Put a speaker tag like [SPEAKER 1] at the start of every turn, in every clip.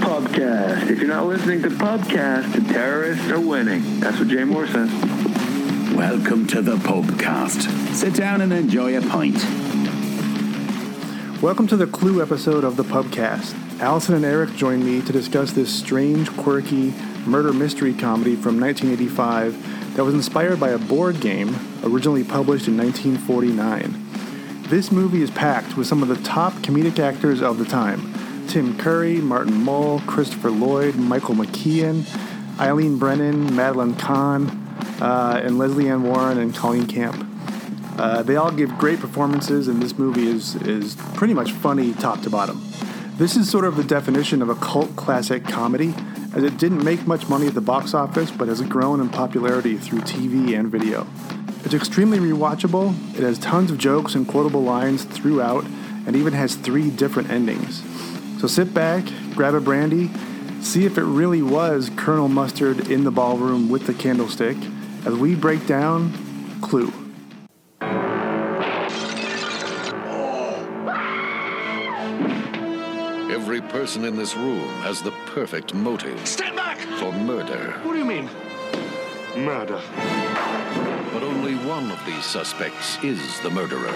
[SPEAKER 1] podcast. If you're not listening to podcast, the terrorists are winning. That's what Jay Moore says.
[SPEAKER 2] Welcome to the Popecast. Sit down and enjoy a pint.
[SPEAKER 3] Welcome to the Clue episode of the Pubcast. Allison and Eric join me to discuss this strange, quirky murder mystery comedy from 1985 that was inspired by a board game originally published in 1949. This movie is packed with some of the top comedic actors of the time Tim Curry, Martin Mull, Christopher Lloyd, Michael McKean, Eileen Brennan, Madeline Kahn, uh, and Leslie Ann Warren and Colleen Camp. Uh, they all give great performances, and this movie is is pretty much funny top to bottom. This is sort of the definition of a cult classic comedy, as it didn't make much money at the box office, but has grown in popularity through TV and video. It's extremely rewatchable. It has tons of jokes and quotable lines throughout, and even has three different endings. So sit back, grab a brandy, see if it really was Colonel Mustard in the ballroom with the candlestick, as we break down Clue.
[SPEAKER 4] Every person in this room has the perfect motive
[SPEAKER 5] Stand back!
[SPEAKER 4] for murder,
[SPEAKER 5] What do you mean? Murder.
[SPEAKER 4] but only one of these suspects is the murderer.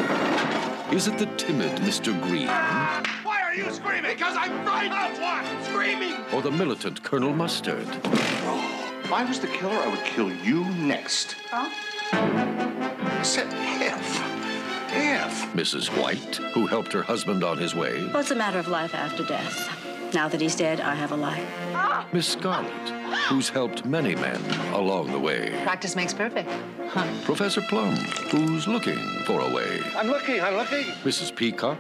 [SPEAKER 4] Is it the timid Mr. Green
[SPEAKER 5] Why are you screaming? Because I'm frightened. Of what? Screaming.
[SPEAKER 4] or the militant Colonel Mustard?
[SPEAKER 6] If I was the killer, I would kill you next. Huh? I said if. If.
[SPEAKER 4] Mrs. White, who helped her husband on his way?
[SPEAKER 7] Well, it's a matter of life after death. Now that he's dead, I have a life.
[SPEAKER 4] Miss Scarlet, who's helped many men along the way?
[SPEAKER 8] Practice makes perfect.
[SPEAKER 4] Professor Plum, who's looking for a way?
[SPEAKER 5] I'm looking. I'm looking.
[SPEAKER 4] Mrs. Peacock,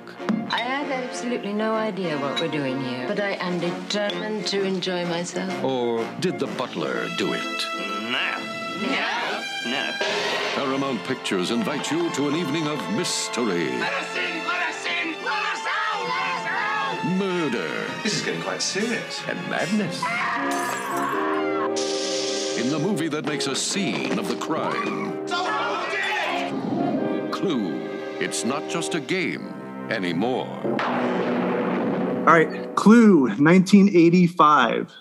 [SPEAKER 8] I have absolutely no idea what we're doing here, but I am determined to enjoy myself.
[SPEAKER 4] or did the butler do it? Paramount Pictures invites you to an evening of mystery,
[SPEAKER 5] Let us in. Let us in. Let us out. Let us out.
[SPEAKER 4] murder.
[SPEAKER 6] This is getting quite serious.
[SPEAKER 4] and madness. In the movie that makes a scene of the crime,
[SPEAKER 5] So who did it?
[SPEAKER 4] Clue. It's not just a game anymore.
[SPEAKER 3] All right, Clue 1985.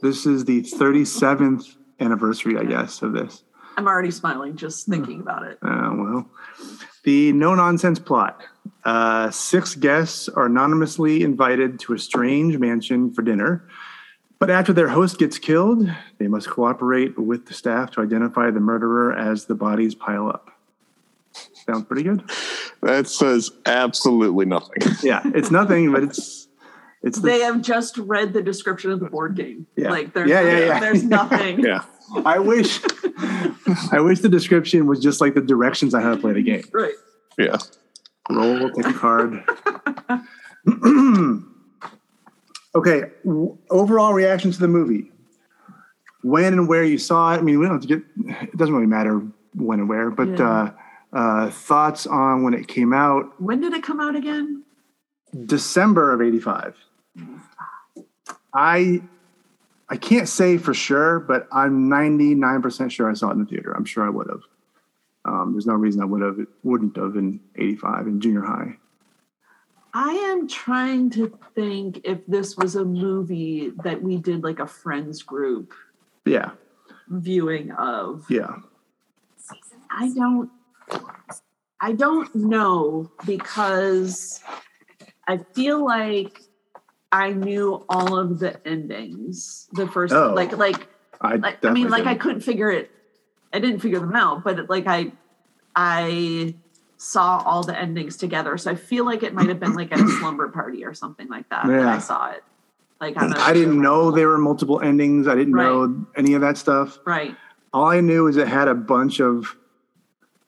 [SPEAKER 3] This is the 37th anniversary, I guess, of this.
[SPEAKER 9] I'm already smiling just thinking about it.
[SPEAKER 3] Uh, well, the no nonsense plot. Uh, six guests are anonymously invited to a strange mansion for dinner. But after their host gets killed, they must cooperate with the staff to identify the murderer as the bodies pile up. Sounds pretty good.
[SPEAKER 10] That says absolutely nothing.
[SPEAKER 3] Yeah, it's nothing, but it's it's the
[SPEAKER 9] They have just read the description of the board game.
[SPEAKER 3] Yeah.
[SPEAKER 9] Like there's
[SPEAKER 3] Yeah, yeah, yeah.
[SPEAKER 9] there's nothing.
[SPEAKER 10] Yeah.
[SPEAKER 3] I wish I wish the description was just like the directions on how to play the game.
[SPEAKER 9] Right.
[SPEAKER 10] Yeah.
[SPEAKER 3] Roll, we'll take a card. okay. w- Overall reaction to the movie. When and where you saw it. I mean, we don't have to get. It doesn't really matter when and where, but
[SPEAKER 9] Yeah.
[SPEAKER 3] uh, uh, thoughts on when it came out,
[SPEAKER 9] When did it come out again?
[SPEAKER 3] December of '85. I. I can't say for sure, but I'm 99% sure I saw it in the theater. I'm sure I would have. Um, there's no reason I would have wouldn't have in '85 in junior high.
[SPEAKER 9] I am trying to think if this was a movie that we did like a friends group
[SPEAKER 3] Yeah,
[SPEAKER 9] viewing of.
[SPEAKER 3] yeah.
[SPEAKER 9] I don't I don't know because I feel like I knew all of the endings. The first
[SPEAKER 3] Oh.
[SPEAKER 9] like like
[SPEAKER 3] I,
[SPEAKER 9] like, I mean,
[SPEAKER 3] definitely
[SPEAKER 9] like I
[SPEAKER 3] didn't.
[SPEAKER 9] couldn't figure it. I didn't figure them out, but like I, I saw all the endings together. So I feel like it might have been like at a slumber party or something like that. that
[SPEAKER 3] Yeah.
[SPEAKER 9] I saw it. Like on a-
[SPEAKER 3] I didn't know there were multiple endings. I didn't
[SPEAKER 9] Right.
[SPEAKER 3] know any of that stuff.
[SPEAKER 9] Right.
[SPEAKER 3] All I knew is it had a bunch of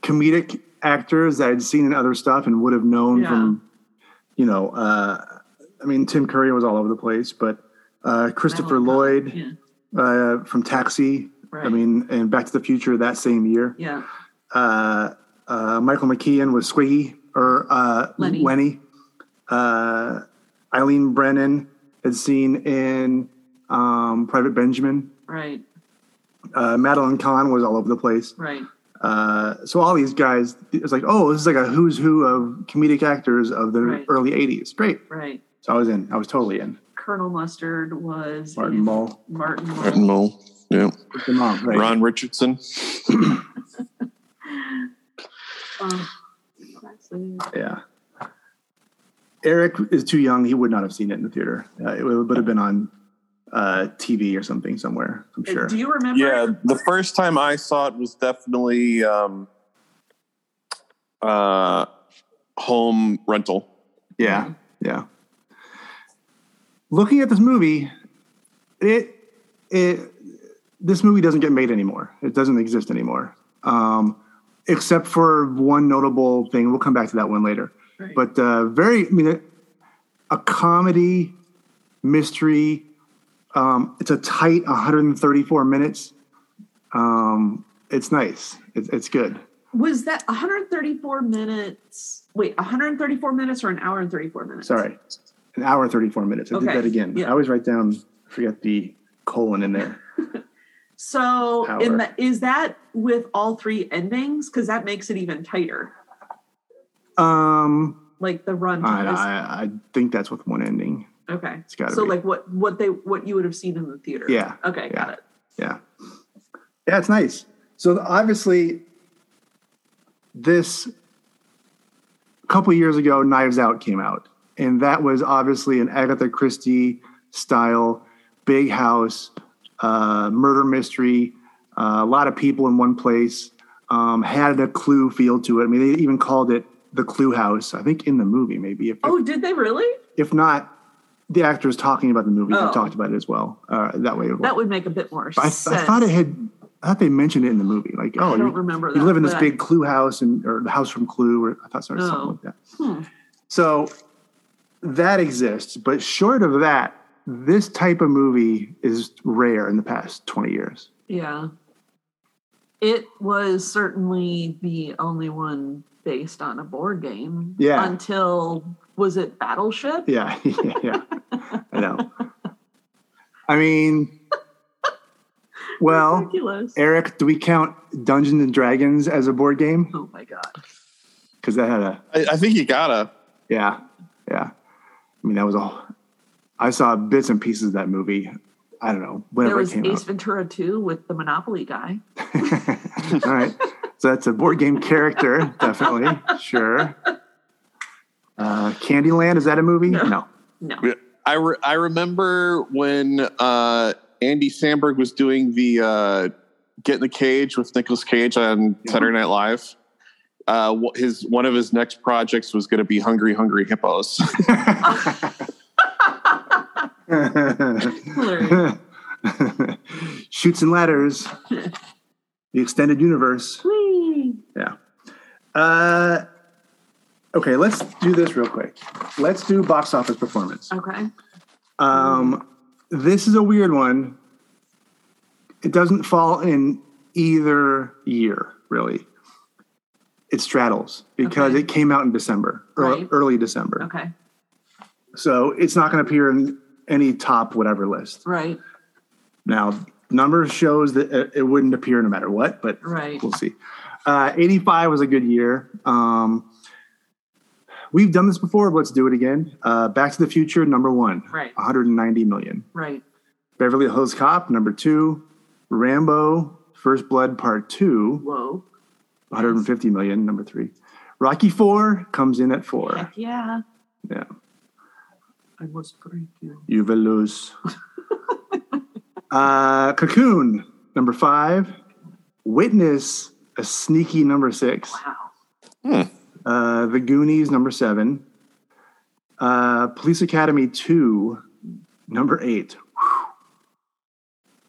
[SPEAKER 3] comedic actors that I'd seen in other stuff and would have known
[SPEAKER 9] Yeah.
[SPEAKER 3] from, you know, uh, I mean, Tim Curry was all over the place, but uh, Christopher
[SPEAKER 9] Madeline Kahn,
[SPEAKER 3] Lloyd
[SPEAKER 9] Oh, Yeah.
[SPEAKER 3] uh, from Taxi. I
[SPEAKER 9] Right.
[SPEAKER 3] mean, and Back to the Future that same year.
[SPEAKER 9] Yeah.
[SPEAKER 3] Uh, uh, Michael McKean was Squiggy or uh,
[SPEAKER 9] Lenny.
[SPEAKER 3] Lenny. Uh, Eileen Brennan is seen in um, Private Benjamin.
[SPEAKER 9] Right.
[SPEAKER 3] Uh, Madeline Kahn was all over the place.
[SPEAKER 9] Right.
[SPEAKER 3] Uh, so all these guys, it's like, oh, this is like a who's who of comedic actors of the
[SPEAKER 9] Right.
[SPEAKER 3] early '80s. Great.
[SPEAKER 9] Right.
[SPEAKER 3] So I was in. I was totally in.
[SPEAKER 9] Colonel Mustard was
[SPEAKER 3] Martin Mull.
[SPEAKER 9] Martin Mull.
[SPEAKER 6] Martin Mull. Yeah.
[SPEAKER 3] It's the mom, right?
[SPEAKER 6] Ron Richardson.
[SPEAKER 9] Oh, classic.
[SPEAKER 3] Yeah. Eric is too young. He would not have seen it in the theater. Uh, it would would have been on uh, TV or something somewhere, I'm sure.
[SPEAKER 9] Do you remember?
[SPEAKER 6] Yeah, the first time I saw it was definitely um, uh, home rental.
[SPEAKER 3] Yeah, yeah. Looking at this movie, it it this movie doesn't get made anymore. It doesn't exist anymore, um, except for one notable thing. We'll come back to that one later.
[SPEAKER 9] Right.
[SPEAKER 3] But uh, very, I mean, a, a comedy mystery. Um, it's a tight 134 minutes. Um, it's nice. It's it's good.
[SPEAKER 9] Was that 134 minutes? Wait, 134 minutes or an hour and 34 minutes?
[SPEAKER 3] Sorry, an hour and 34 minutes. I
[SPEAKER 9] Okay,
[SPEAKER 3] did that again.
[SPEAKER 9] yeah.
[SPEAKER 3] I always write down, forget the colon in there.
[SPEAKER 9] So, in
[SPEAKER 3] Hour.
[SPEAKER 9] the, is that with all three endings? Because that makes it even tighter.
[SPEAKER 3] Um,
[SPEAKER 9] Like the run
[SPEAKER 3] I,
[SPEAKER 9] time is-
[SPEAKER 3] I, I think that's with one ending.
[SPEAKER 9] okay.
[SPEAKER 3] It's gotta
[SPEAKER 9] so
[SPEAKER 3] be.
[SPEAKER 9] like what what they what you would have seen in the theater.
[SPEAKER 3] Yeah,
[SPEAKER 9] Okay, got
[SPEAKER 3] yeah.
[SPEAKER 9] it.
[SPEAKER 3] Yeah. Yeah, it's nice. So th- obviously, this a couple years ago, Knives Out came out, and that was obviously an Agatha Christie style, big house, uh, murder mystery, uh, a lot of people in one place. Um, had a clue feel to it. I mean, they even called it the Clue House. I think in the movie, maybe if,
[SPEAKER 9] Oh, did they really?
[SPEAKER 3] if not, the actors talking about the movie
[SPEAKER 9] Oh.
[SPEAKER 3] have talked about it as well. Uh, that way, it worked.
[SPEAKER 9] That would make a bit more
[SPEAKER 3] I, I
[SPEAKER 9] sense.
[SPEAKER 3] thought it had. I thought they mentioned it in the movie. Like, oh,
[SPEAKER 9] I
[SPEAKER 3] you,
[SPEAKER 9] don't remember
[SPEAKER 3] you
[SPEAKER 9] that,
[SPEAKER 3] live in this
[SPEAKER 9] but I-
[SPEAKER 3] big Clue house and or the house from Clue, or I thought sort of
[SPEAKER 9] Oh.
[SPEAKER 3] something like that. So that exists, but short of that, this type of movie is rare in the past twenty years.
[SPEAKER 9] Yeah. It was certainly the only one based on a board game.
[SPEAKER 3] Yeah.
[SPEAKER 9] Until was it Battleship?
[SPEAKER 3] Yeah, yeah, I know. I mean, well,
[SPEAKER 9] Ridiculous.
[SPEAKER 3] Eric, do we count Dungeons and Dragons as a board game?
[SPEAKER 9] Oh my god.
[SPEAKER 3] Because that had a
[SPEAKER 6] I, I think you gotta.
[SPEAKER 3] Yeah, yeah. I mean, that was all. I saw bits and pieces of that movie. I don't know
[SPEAKER 9] There
[SPEAKER 3] whenever it
[SPEAKER 9] was
[SPEAKER 3] came
[SPEAKER 9] Ace Ventura 2 with the Monopoly guy.
[SPEAKER 3] out. all right, so that's a board game character, definitely. Sure. Uh, Candyland is that a movie? No.
[SPEAKER 9] No.
[SPEAKER 6] I, re- I remember when uh, Andy Samberg was doing the uh, Get in the Cage with Nicolas Cage on Saturday Night Live. Uh, wh- his one of his next projects was going to be Hungry Hungry Hippos.
[SPEAKER 9] Hilarious.
[SPEAKER 3] Shoots and ladders. The extended universe.
[SPEAKER 9] Whee!
[SPEAKER 3] Yeah. Uh, okay, let's do this real quick. Let's do box office performance.
[SPEAKER 9] okay.
[SPEAKER 3] Um, this is a weird one. It doesn't fall in either year, really. It straddles because
[SPEAKER 9] Okay.
[SPEAKER 3] it came out in December, ear-
[SPEAKER 9] Right.
[SPEAKER 3] early December.
[SPEAKER 9] Okay.
[SPEAKER 3] So it's not going to appear in any top whatever list.
[SPEAKER 9] Right.
[SPEAKER 3] Now, numbers shows that it- it wouldn't appear no matter what, but
[SPEAKER 9] Right.
[SPEAKER 3] we'll see. Uh, 85 was a good year. Um, we've done this before. But let's do it again. Uh, Back to the Future, number one,
[SPEAKER 9] Right.
[SPEAKER 3] 190 million.
[SPEAKER 9] Right.
[SPEAKER 3] Beverly Hills Cop, number two. Rambo, First Blood Part Two,
[SPEAKER 9] Whoa.
[SPEAKER 3] 150 million, number three. Rocky Four comes in at four.
[SPEAKER 9] Heck yeah.
[SPEAKER 3] Yeah.
[SPEAKER 9] I was pretty good.
[SPEAKER 3] You will lose. uh, Cocoon, number five. Witness, a sneaky number six.
[SPEAKER 9] Wow.
[SPEAKER 3] Uh, the Goonies, number seven. Uh, Police Academy 2, number eight.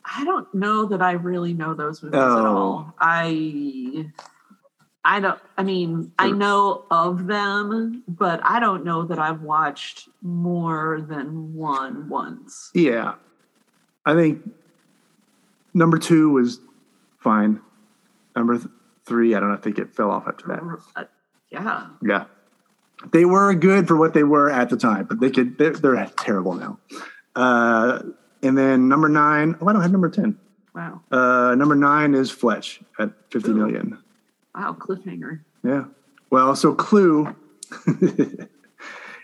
[SPEAKER 9] I don't know that I really know those movies at
[SPEAKER 3] Oh.
[SPEAKER 9] all. I I don't I mean, I know of them, but I don't know that I've watched more than one once.
[SPEAKER 3] Yeah. I think number two was fine. Number th- three, I don't know. I think it fell off after that.
[SPEAKER 9] Uh, Yeah.
[SPEAKER 3] Yeah. They were good for what they were at the time, but they could, they're, they're terrible now. Uh, and then number nine, oh, I don't have number 10.
[SPEAKER 9] Wow.
[SPEAKER 3] Uh, number nine is Fletch at fifty million.
[SPEAKER 9] Wow, cliffhanger.
[SPEAKER 3] Yeah. Well, so Clue in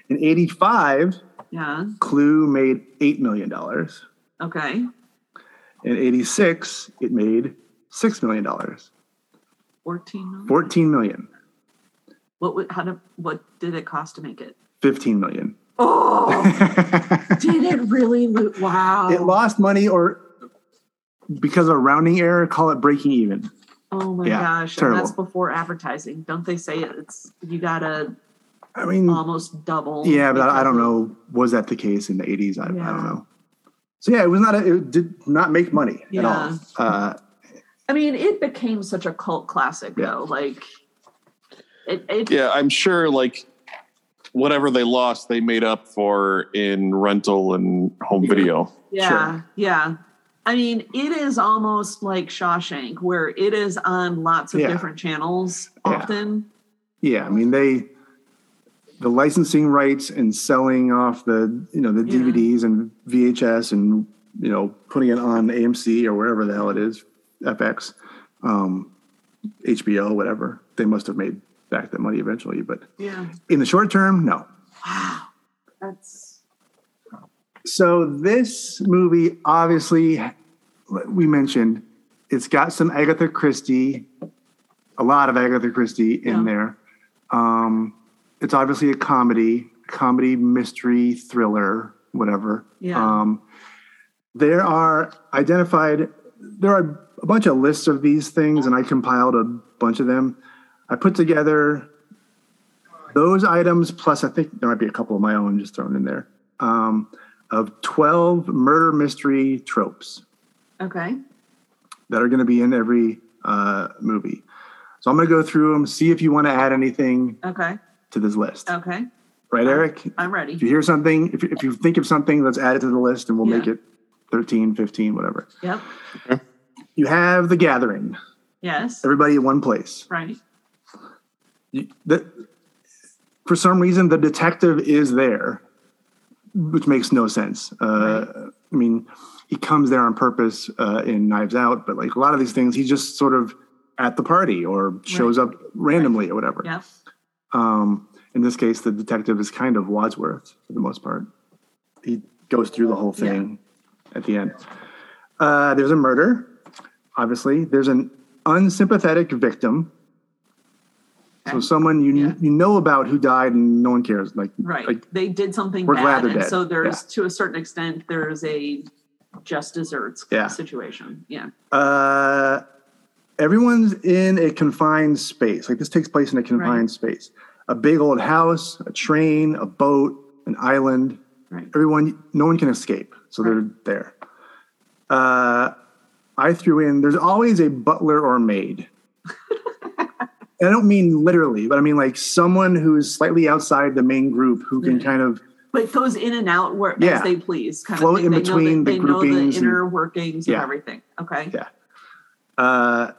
[SPEAKER 3] 85
[SPEAKER 9] Yeah.
[SPEAKER 3] Clue made $8 million.
[SPEAKER 9] Okay.
[SPEAKER 3] In 86, it made $6 million,
[SPEAKER 9] 14 million.
[SPEAKER 3] $14 million,
[SPEAKER 9] What would, how did, what did it cost to make it?
[SPEAKER 3] $15 million.
[SPEAKER 9] Oh, did it really? lo- Wow.
[SPEAKER 3] It lost money or because of a rounding error, call it breaking even.
[SPEAKER 9] oh my
[SPEAKER 3] yeah,
[SPEAKER 9] gosh.
[SPEAKER 3] terrible.
[SPEAKER 9] And that's before advertising. Don't they say it's, you gotta
[SPEAKER 3] I mean,
[SPEAKER 9] almost double?
[SPEAKER 3] Mm. Yeah, but I I don't know. Was that the case in the 80s? I, I
[SPEAKER 9] Yeah.
[SPEAKER 3] don't know. So yeah, it was not, a, it did not make money at
[SPEAKER 9] Yeah.
[SPEAKER 3] all. Uh,
[SPEAKER 9] I mean, it became such a cult classic though. Like, it, it
[SPEAKER 6] Yeah, I'm sure like whatever they lost, they made up for in rental and home video.
[SPEAKER 9] Yeah, yeah. I mean, it is almost like Shawshank, where it is on lots of
[SPEAKER 3] Yeah.
[SPEAKER 9] different channels
[SPEAKER 3] Yeah.
[SPEAKER 9] often.
[SPEAKER 3] Yeah, I mean they the licensing rights and selling off the you know the
[SPEAKER 9] Yeah.
[SPEAKER 3] DVDs and VHS and you know putting it on AMC or wherever the hell it is, FX, um, HBO, whatever. They must have made back that money eventually, but
[SPEAKER 9] Yeah,
[SPEAKER 3] in the short term, no.
[SPEAKER 9] that's
[SPEAKER 3] So this movie, obviously, like we mentioned, it's got some Agatha Christie, a lot of Agatha Christie in there. Um, it's obviously a comedy, comedy, mystery, thriller, whatever.
[SPEAKER 5] Yeah.
[SPEAKER 3] Um, there are identified. There are a bunch of lists of these things, and I compiled a bunch of them. I put together those items plus i think there might be a couple of my own just thrown in there um, of 12 murder mystery tropes
[SPEAKER 9] okay.
[SPEAKER 3] that are going to be in every uh, movie so i'm going to go through them see if you want to add anything
[SPEAKER 9] Okay,
[SPEAKER 3] to this list
[SPEAKER 9] Oh, okay.
[SPEAKER 3] right eric
[SPEAKER 9] I'm ready.
[SPEAKER 3] if you hear something if you, if you think of something let's add it to the list and we'll make
[SPEAKER 9] Yeah.
[SPEAKER 3] it 13 15 whatever
[SPEAKER 9] Yep.
[SPEAKER 3] you have the gathering
[SPEAKER 9] Yes.
[SPEAKER 3] everybody in one place
[SPEAKER 9] Right.
[SPEAKER 3] the, for some reason the detective is there which makes no sense uh, i mean he comes there on purpose uh, in knives out but like a lot of these things he's just sort of at the party or shows up randomly or whatever
[SPEAKER 9] Yep.
[SPEAKER 3] um, in this case the detective is kind of wadsworth for the most part he goes through the whole thing at the end uh, there's a murder obviously there's an unsympathetic victim so someone you you know about who died and no one cares. Like
[SPEAKER 9] Right.
[SPEAKER 3] like
[SPEAKER 9] they did something
[SPEAKER 3] we're
[SPEAKER 9] bad,
[SPEAKER 3] glad they're
[SPEAKER 9] and
[SPEAKER 3] dead.
[SPEAKER 9] so there's to a certain extent there's a just desserts
[SPEAKER 3] Yeah.
[SPEAKER 9] situation. Yeah.
[SPEAKER 3] uh, everyone's in a confined space. Like this takes place in a confined space. A big old house, a train, a boat, an island.
[SPEAKER 9] Right.
[SPEAKER 3] Everyone, no one can escape, so they're there. Uh, I threw in. There's always a butler or maid. And I don't mean literally, but I mean like someone who is slightly outside the main group who can kind of
[SPEAKER 9] But goes in and out where as
[SPEAKER 3] Yeah.
[SPEAKER 9] they please, kind
[SPEAKER 3] Float
[SPEAKER 9] of
[SPEAKER 3] in
[SPEAKER 9] thing.
[SPEAKER 3] between the
[SPEAKER 9] they know that- they know
[SPEAKER 3] groupings
[SPEAKER 9] the
[SPEAKER 3] and-
[SPEAKER 9] inner workings and
[SPEAKER 3] Yeah.
[SPEAKER 9] everything. Okay.
[SPEAKER 3] Yeah. Uh,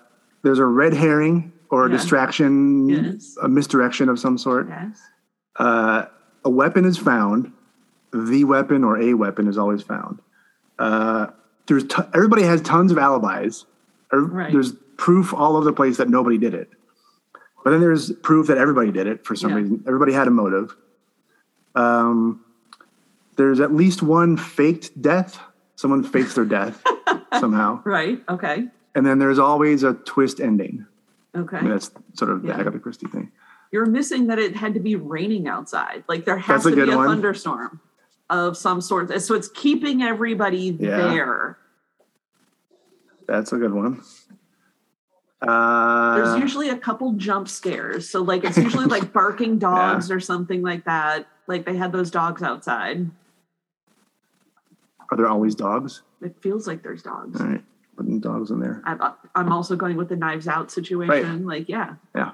[SPEAKER 3] there's a red herring or a
[SPEAKER 9] Yeah.
[SPEAKER 3] distraction,
[SPEAKER 9] Yes.
[SPEAKER 3] a misdirection of some sort.
[SPEAKER 9] Yes.
[SPEAKER 3] Uh, a weapon is found. The weapon or a weapon is always found. Uh, there's t- everybody has tons of alibis. Er-
[SPEAKER 9] Right.
[SPEAKER 3] There's proof all over the place that nobody did it. But then there's proof that everybody did it for some
[SPEAKER 9] Yeah.
[SPEAKER 3] reason. Everybody had a motive. Um, there's at least one faked death. Someone fakes their death somehow.
[SPEAKER 9] Right. Okay.
[SPEAKER 3] And then there's always a twist ending.
[SPEAKER 9] Okay.
[SPEAKER 3] I mean, that's sort of
[SPEAKER 9] Yeah.
[SPEAKER 3] the Agatha Christie thing.
[SPEAKER 9] You're missing that it had to be raining outside. Like there has
[SPEAKER 3] That's a
[SPEAKER 9] to be
[SPEAKER 3] good
[SPEAKER 9] a
[SPEAKER 3] one.
[SPEAKER 9] thunderstorm of some sort. So it's keeping everybody
[SPEAKER 3] Yeah.
[SPEAKER 9] there.
[SPEAKER 3] That's a good one. Uh,
[SPEAKER 9] There's usually a couple jump scares. So like it's usually like barking dogs or something like that. Like they had those dogs outside.
[SPEAKER 3] are there always dogs?
[SPEAKER 9] It feels like there's dogs.
[SPEAKER 3] All right, putting dogs in there.
[SPEAKER 9] I've, uh, I'm also going with the knives out situation. Like yeah,
[SPEAKER 3] Yeah,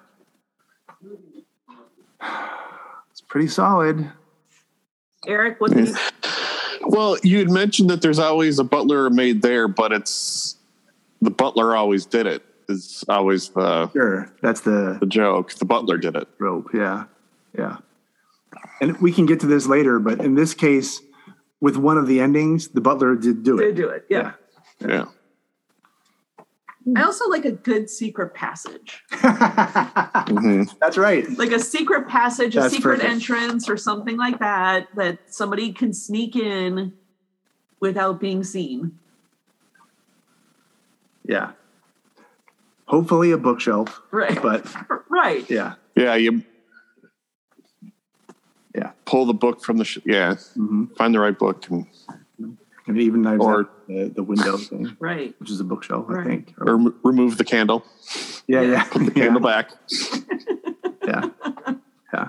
[SPEAKER 3] it's pretty solid.
[SPEAKER 9] Eric, what do you?
[SPEAKER 6] Well, you had mentioned that there's always a butler or maid there, but it's the butler always did it. It's always the
[SPEAKER 3] sure. That's the
[SPEAKER 6] the joke. The butler did it.
[SPEAKER 3] Rope. Yeah, yeah. And we can get to this later, but in this case, with one of the endings, the butler did do it.
[SPEAKER 9] Did do it. Yeah.
[SPEAKER 6] Yeah.
[SPEAKER 9] I also like a good secret passage,
[SPEAKER 3] That's right.
[SPEAKER 9] like a secret passage, a
[SPEAKER 3] That's
[SPEAKER 9] secret
[SPEAKER 3] perfect.
[SPEAKER 9] entrance, or something like that, that somebody can sneak in without being seen.
[SPEAKER 3] Yeah. Hopefully a bookshelf.
[SPEAKER 9] Right.
[SPEAKER 3] But
[SPEAKER 9] Right.
[SPEAKER 3] yeah.
[SPEAKER 6] Yeah, you.
[SPEAKER 3] Yeah.
[SPEAKER 6] Pull the book from the. Sh- yeah. Find the right book. And,
[SPEAKER 3] mm-hmm. And even knives
[SPEAKER 6] Or-
[SPEAKER 3] out the, the window thing,
[SPEAKER 9] Right.
[SPEAKER 3] which is a bookshelf, I
[SPEAKER 9] Right.
[SPEAKER 3] think.
[SPEAKER 6] or m- remove the candle.
[SPEAKER 3] Yeah, yeah.
[SPEAKER 6] Put the candle back.
[SPEAKER 3] yeah. Yeah.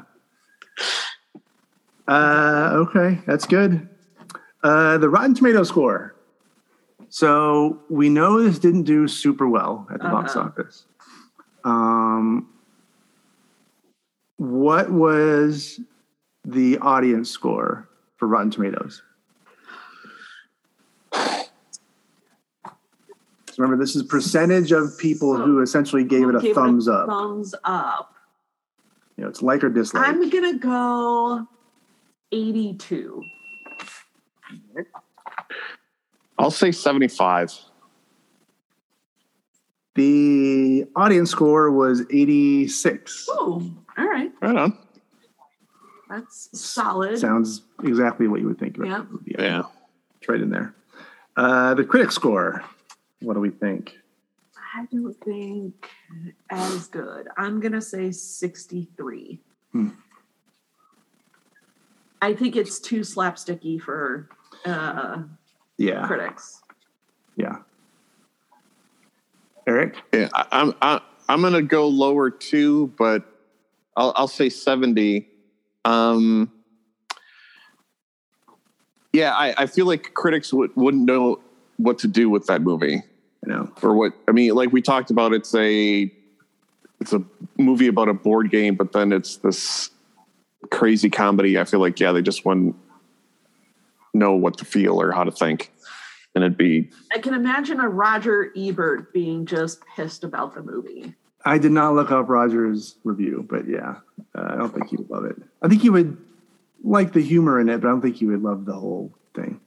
[SPEAKER 3] Uh, okay, that's good. Uh, the Rotten Tomato score. So we know this didn't do super well at the box
[SPEAKER 9] Uh-huh.
[SPEAKER 3] office. Um, what was the audience score for Rotten Tomatoes? Remember, this is percentage of people who essentially gave it a
[SPEAKER 9] Give it
[SPEAKER 3] thumbs up.
[SPEAKER 9] Thumbs up.
[SPEAKER 3] You know, it's like or dislike.
[SPEAKER 9] I'm gonna go 82.
[SPEAKER 6] I'll say 75.
[SPEAKER 3] The audience score was 86.
[SPEAKER 9] Oh, all right.
[SPEAKER 6] Right on.
[SPEAKER 9] That's solid.
[SPEAKER 3] Sounds exactly what you would think.
[SPEAKER 9] Yeah.
[SPEAKER 6] Yeah.
[SPEAKER 3] It's right in there. Uh, the critic score. What do we think?
[SPEAKER 9] I don't think as good. I'm gonna say 63.
[SPEAKER 3] Hmm.
[SPEAKER 9] I think it's too slapsticky for uh,
[SPEAKER 3] Yeah.
[SPEAKER 9] critics.
[SPEAKER 3] Yeah. Eric?
[SPEAKER 6] Yeah, I, I'm I, I'm gonna go lower too, but I'll I'll say seventy. Um, yeah, I, I feel like critics would, wouldn't know what to do with that movie
[SPEAKER 3] I know.
[SPEAKER 6] or what I mean. Like we talked about, it's a it's a movie about a board game, but then it's this crazy comedy. I feel like yeah, they just wouldn't know what to feel or how to think, and it'd be
[SPEAKER 9] I can imagine a Roger Ebert being just pissed about the movie.
[SPEAKER 3] I did not look up Roger's review, but yeah, uh, I don't think he would love it. I think he would like the humor in it, but I don't think he would love the whole thing.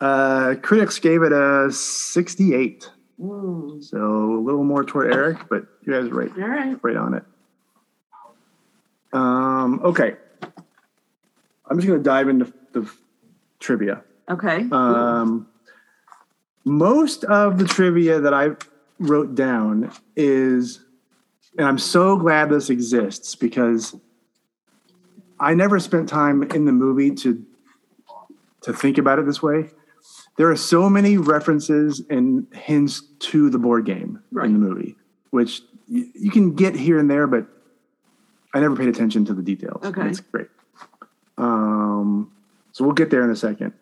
[SPEAKER 3] Uh, critics gave it a 68.
[SPEAKER 9] Mm,
[SPEAKER 3] So a little more toward Eric, but you guys are right,
[SPEAKER 9] All right.
[SPEAKER 3] right on it. Um, okay. I'm just going to dive into the f- trivia.
[SPEAKER 9] Okay.
[SPEAKER 3] Um, most of the trivia that I wrote down is, and I'm so glad this exists because I never spent time in the movie to to think about it this way. There are so many references and hints to the board game
[SPEAKER 9] Right.
[SPEAKER 3] in the movie, which y- you can get here and there, but I never paid attention to the details. and
[SPEAKER 9] Okay.
[SPEAKER 3] it's great. Um, so we'll get there in a second.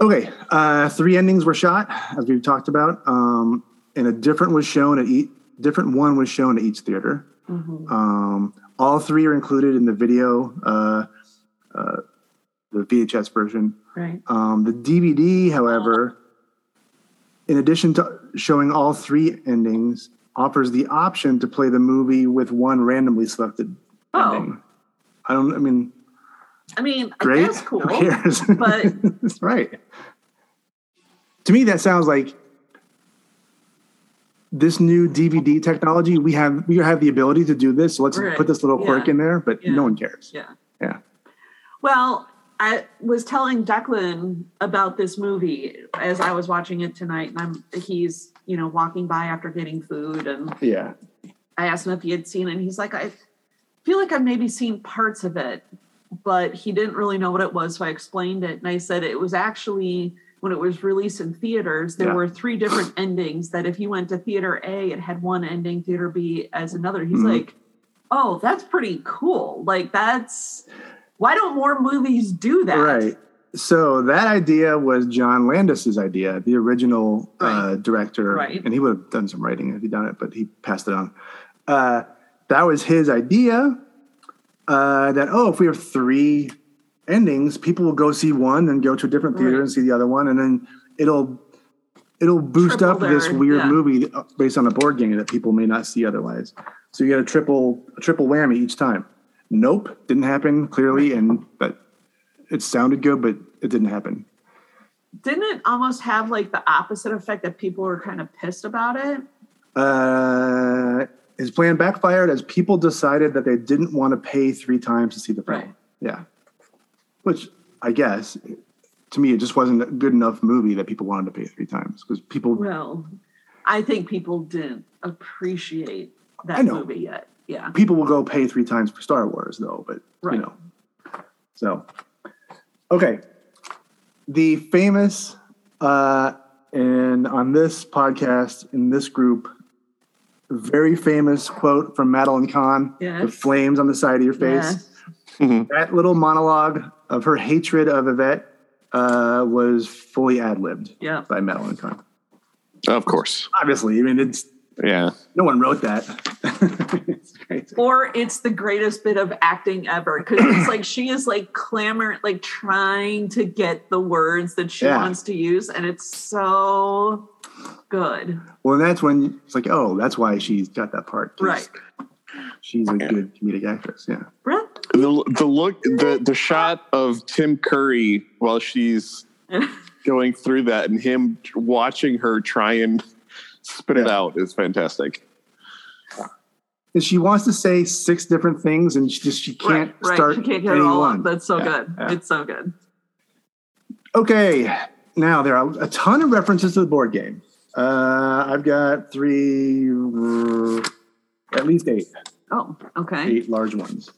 [SPEAKER 3] Okay, uh, three endings were shot, as we've talked about, um, and a different was shown at each different one was shown at each theater.
[SPEAKER 9] Mhm.
[SPEAKER 3] Um, all three are included in the video, uh, uh, the VHS version.
[SPEAKER 9] Right.
[SPEAKER 3] Um, the DVD, however, in addition to showing all three endings, offers the option to play the movie with one randomly selected
[SPEAKER 9] Oh.
[SPEAKER 3] ending. I don't. I mean,
[SPEAKER 9] I mean,
[SPEAKER 3] great.
[SPEAKER 9] that's cool.
[SPEAKER 3] Who cares?
[SPEAKER 9] but
[SPEAKER 3] That's right. To me, that sounds like this new DVD technology. We have we have the ability to do this. So let's
[SPEAKER 9] Right.
[SPEAKER 3] put this little quirk
[SPEAKER 9] Yeah.
[SPEAKER 3] in there, but
[SPEAKER 9] Yeah.
[SPEAKER 3] no one cares.
[SPEAKER 9] yeah.
[SPEAKER 3] Yeah.
[SPEAKER 9] Well, I was telling Declan about this movie as I was watching it tonight, and I'm he's you know walking by after getting food, and
[SPEAKER 3] Yeah.
[SPEAKER 9] I asked him if he had seen it, and he's like, I feel like I've maybe seen parts of it, but he didn't really know what it was, so I explained it, and I said it was actually when it was released in theaters, there
[SPEAKER 3] Yeah.
[SPEAKER 9] were three different endings. That if you went to theater A, it had one ending, theater B as another. He's
[SPEAKER 3] Mhm.
[SPEAKER 9] like, oh, that's pretty cool. Like that's why don't more movies do that?
[SPEAKER 3] Right. So that idea was John Landis's idea, the original uh, director,
[SPEAKER 9] Right.
[SPEAKER 3] and he would have done some writing if he'd done it, but he passed it on. Uh, that was his idea. Uh, that oh, if we have three endings, people will go see one and go to a different theater
[SPEAKER 9] Right.
[SPEAKER 3] and see the other one, and then it'll it'll boost
[SPEAKER 9] Triple
[SPEAKER 3] up this
[SPEAKER 9] their-
[SPEAKER 3] weird
[SPEAKER 9] yeah.
[SPEAKER 3] movie uh, based on a board game that people may not see otherwise. So you get a triple a triple whammy each time. Nope, didn't happen clearly, and but it sounded good, but it didn't happen.
[SPEAKER 9] didn't it almost have like the opposite effect that people were kind of pissed about it?
[SPEAKER 3] Uh, his plan backfired as people decided that they didn't want to pay three times to see the film. Yeah. Which I guess to me, it just wasn't a good enough movie that people wanted to pay three times because people,
[SPEAKER 9] Well, I think people didn't appreciate
[SPEAKER 3] I
[SPEAKER 9] that
[SPEAKER 3] know.
[SPEAKER 9] movie yet. Yeah.
[SPEAKER 3] people will go pay three times for Star Wars though, but
[SPEAKER 9] Right.
[SPEAKER 3] you know. So, okay. The famous, uh, and on this podcast, in this group, very famous quote from Madeline Kahn
[SPEAKER 9] Yes.
[SPEAKER 3] the flames on the side of your face. That little monologue of her hatred of Yvette uh, was fully ad libbed
[SPEAKER 9] Yeah.
[SPEAKER 3] by Madeline Kahn.
[SPEAKER 6] Of course.
[SPEAKER 3] Obviously, I mean, it's
[SPEAKER 6] Yeah.
[SPEAKER 3] no one wrote that.
[SPEAKER 9] Or it's the greatest bit of acting ever because it's like she is like clamor, like trying to get the words that she
[SPEAKER 3] Yeah.
[SPEAKER 9] wants to use, and it's so good.
[SPEAKER 3] Well, and that's when it's like, oh, that's why she's got that part. 'cause
[SPEAKER 9] Right.
[SPEAKER 3] She's a good comedic actress. Yeah.
[SPEAKER 6] The, the look, the, the shot of Tim Curry while she's going through that and him watching her try and spit it out is fantastic.
[SPEAKER 3] And she wants to say six different things and she just she can't
[SPEAKER 9] right,
[SPEAKER 3] start
[SPEAKER 9] She can't get
[SPEAKER 3] any
[SPEAKER 9] it all
[SPEAKER 3] one.
[SPEAKER 9] up. That's so
[SPEAKER 3] Yeah,
[SPEAKER 9] good.
[SPEAKER 3] yeah.
[SPEAKER 9] It's so good.
[SPEAKER 3] Okay. Now there are a ton of references to the board game. Uh, I've got three, uh, at least eight,
[SPEAKER 9] Oh, okay.
[SPEAKER 3] eight large ones.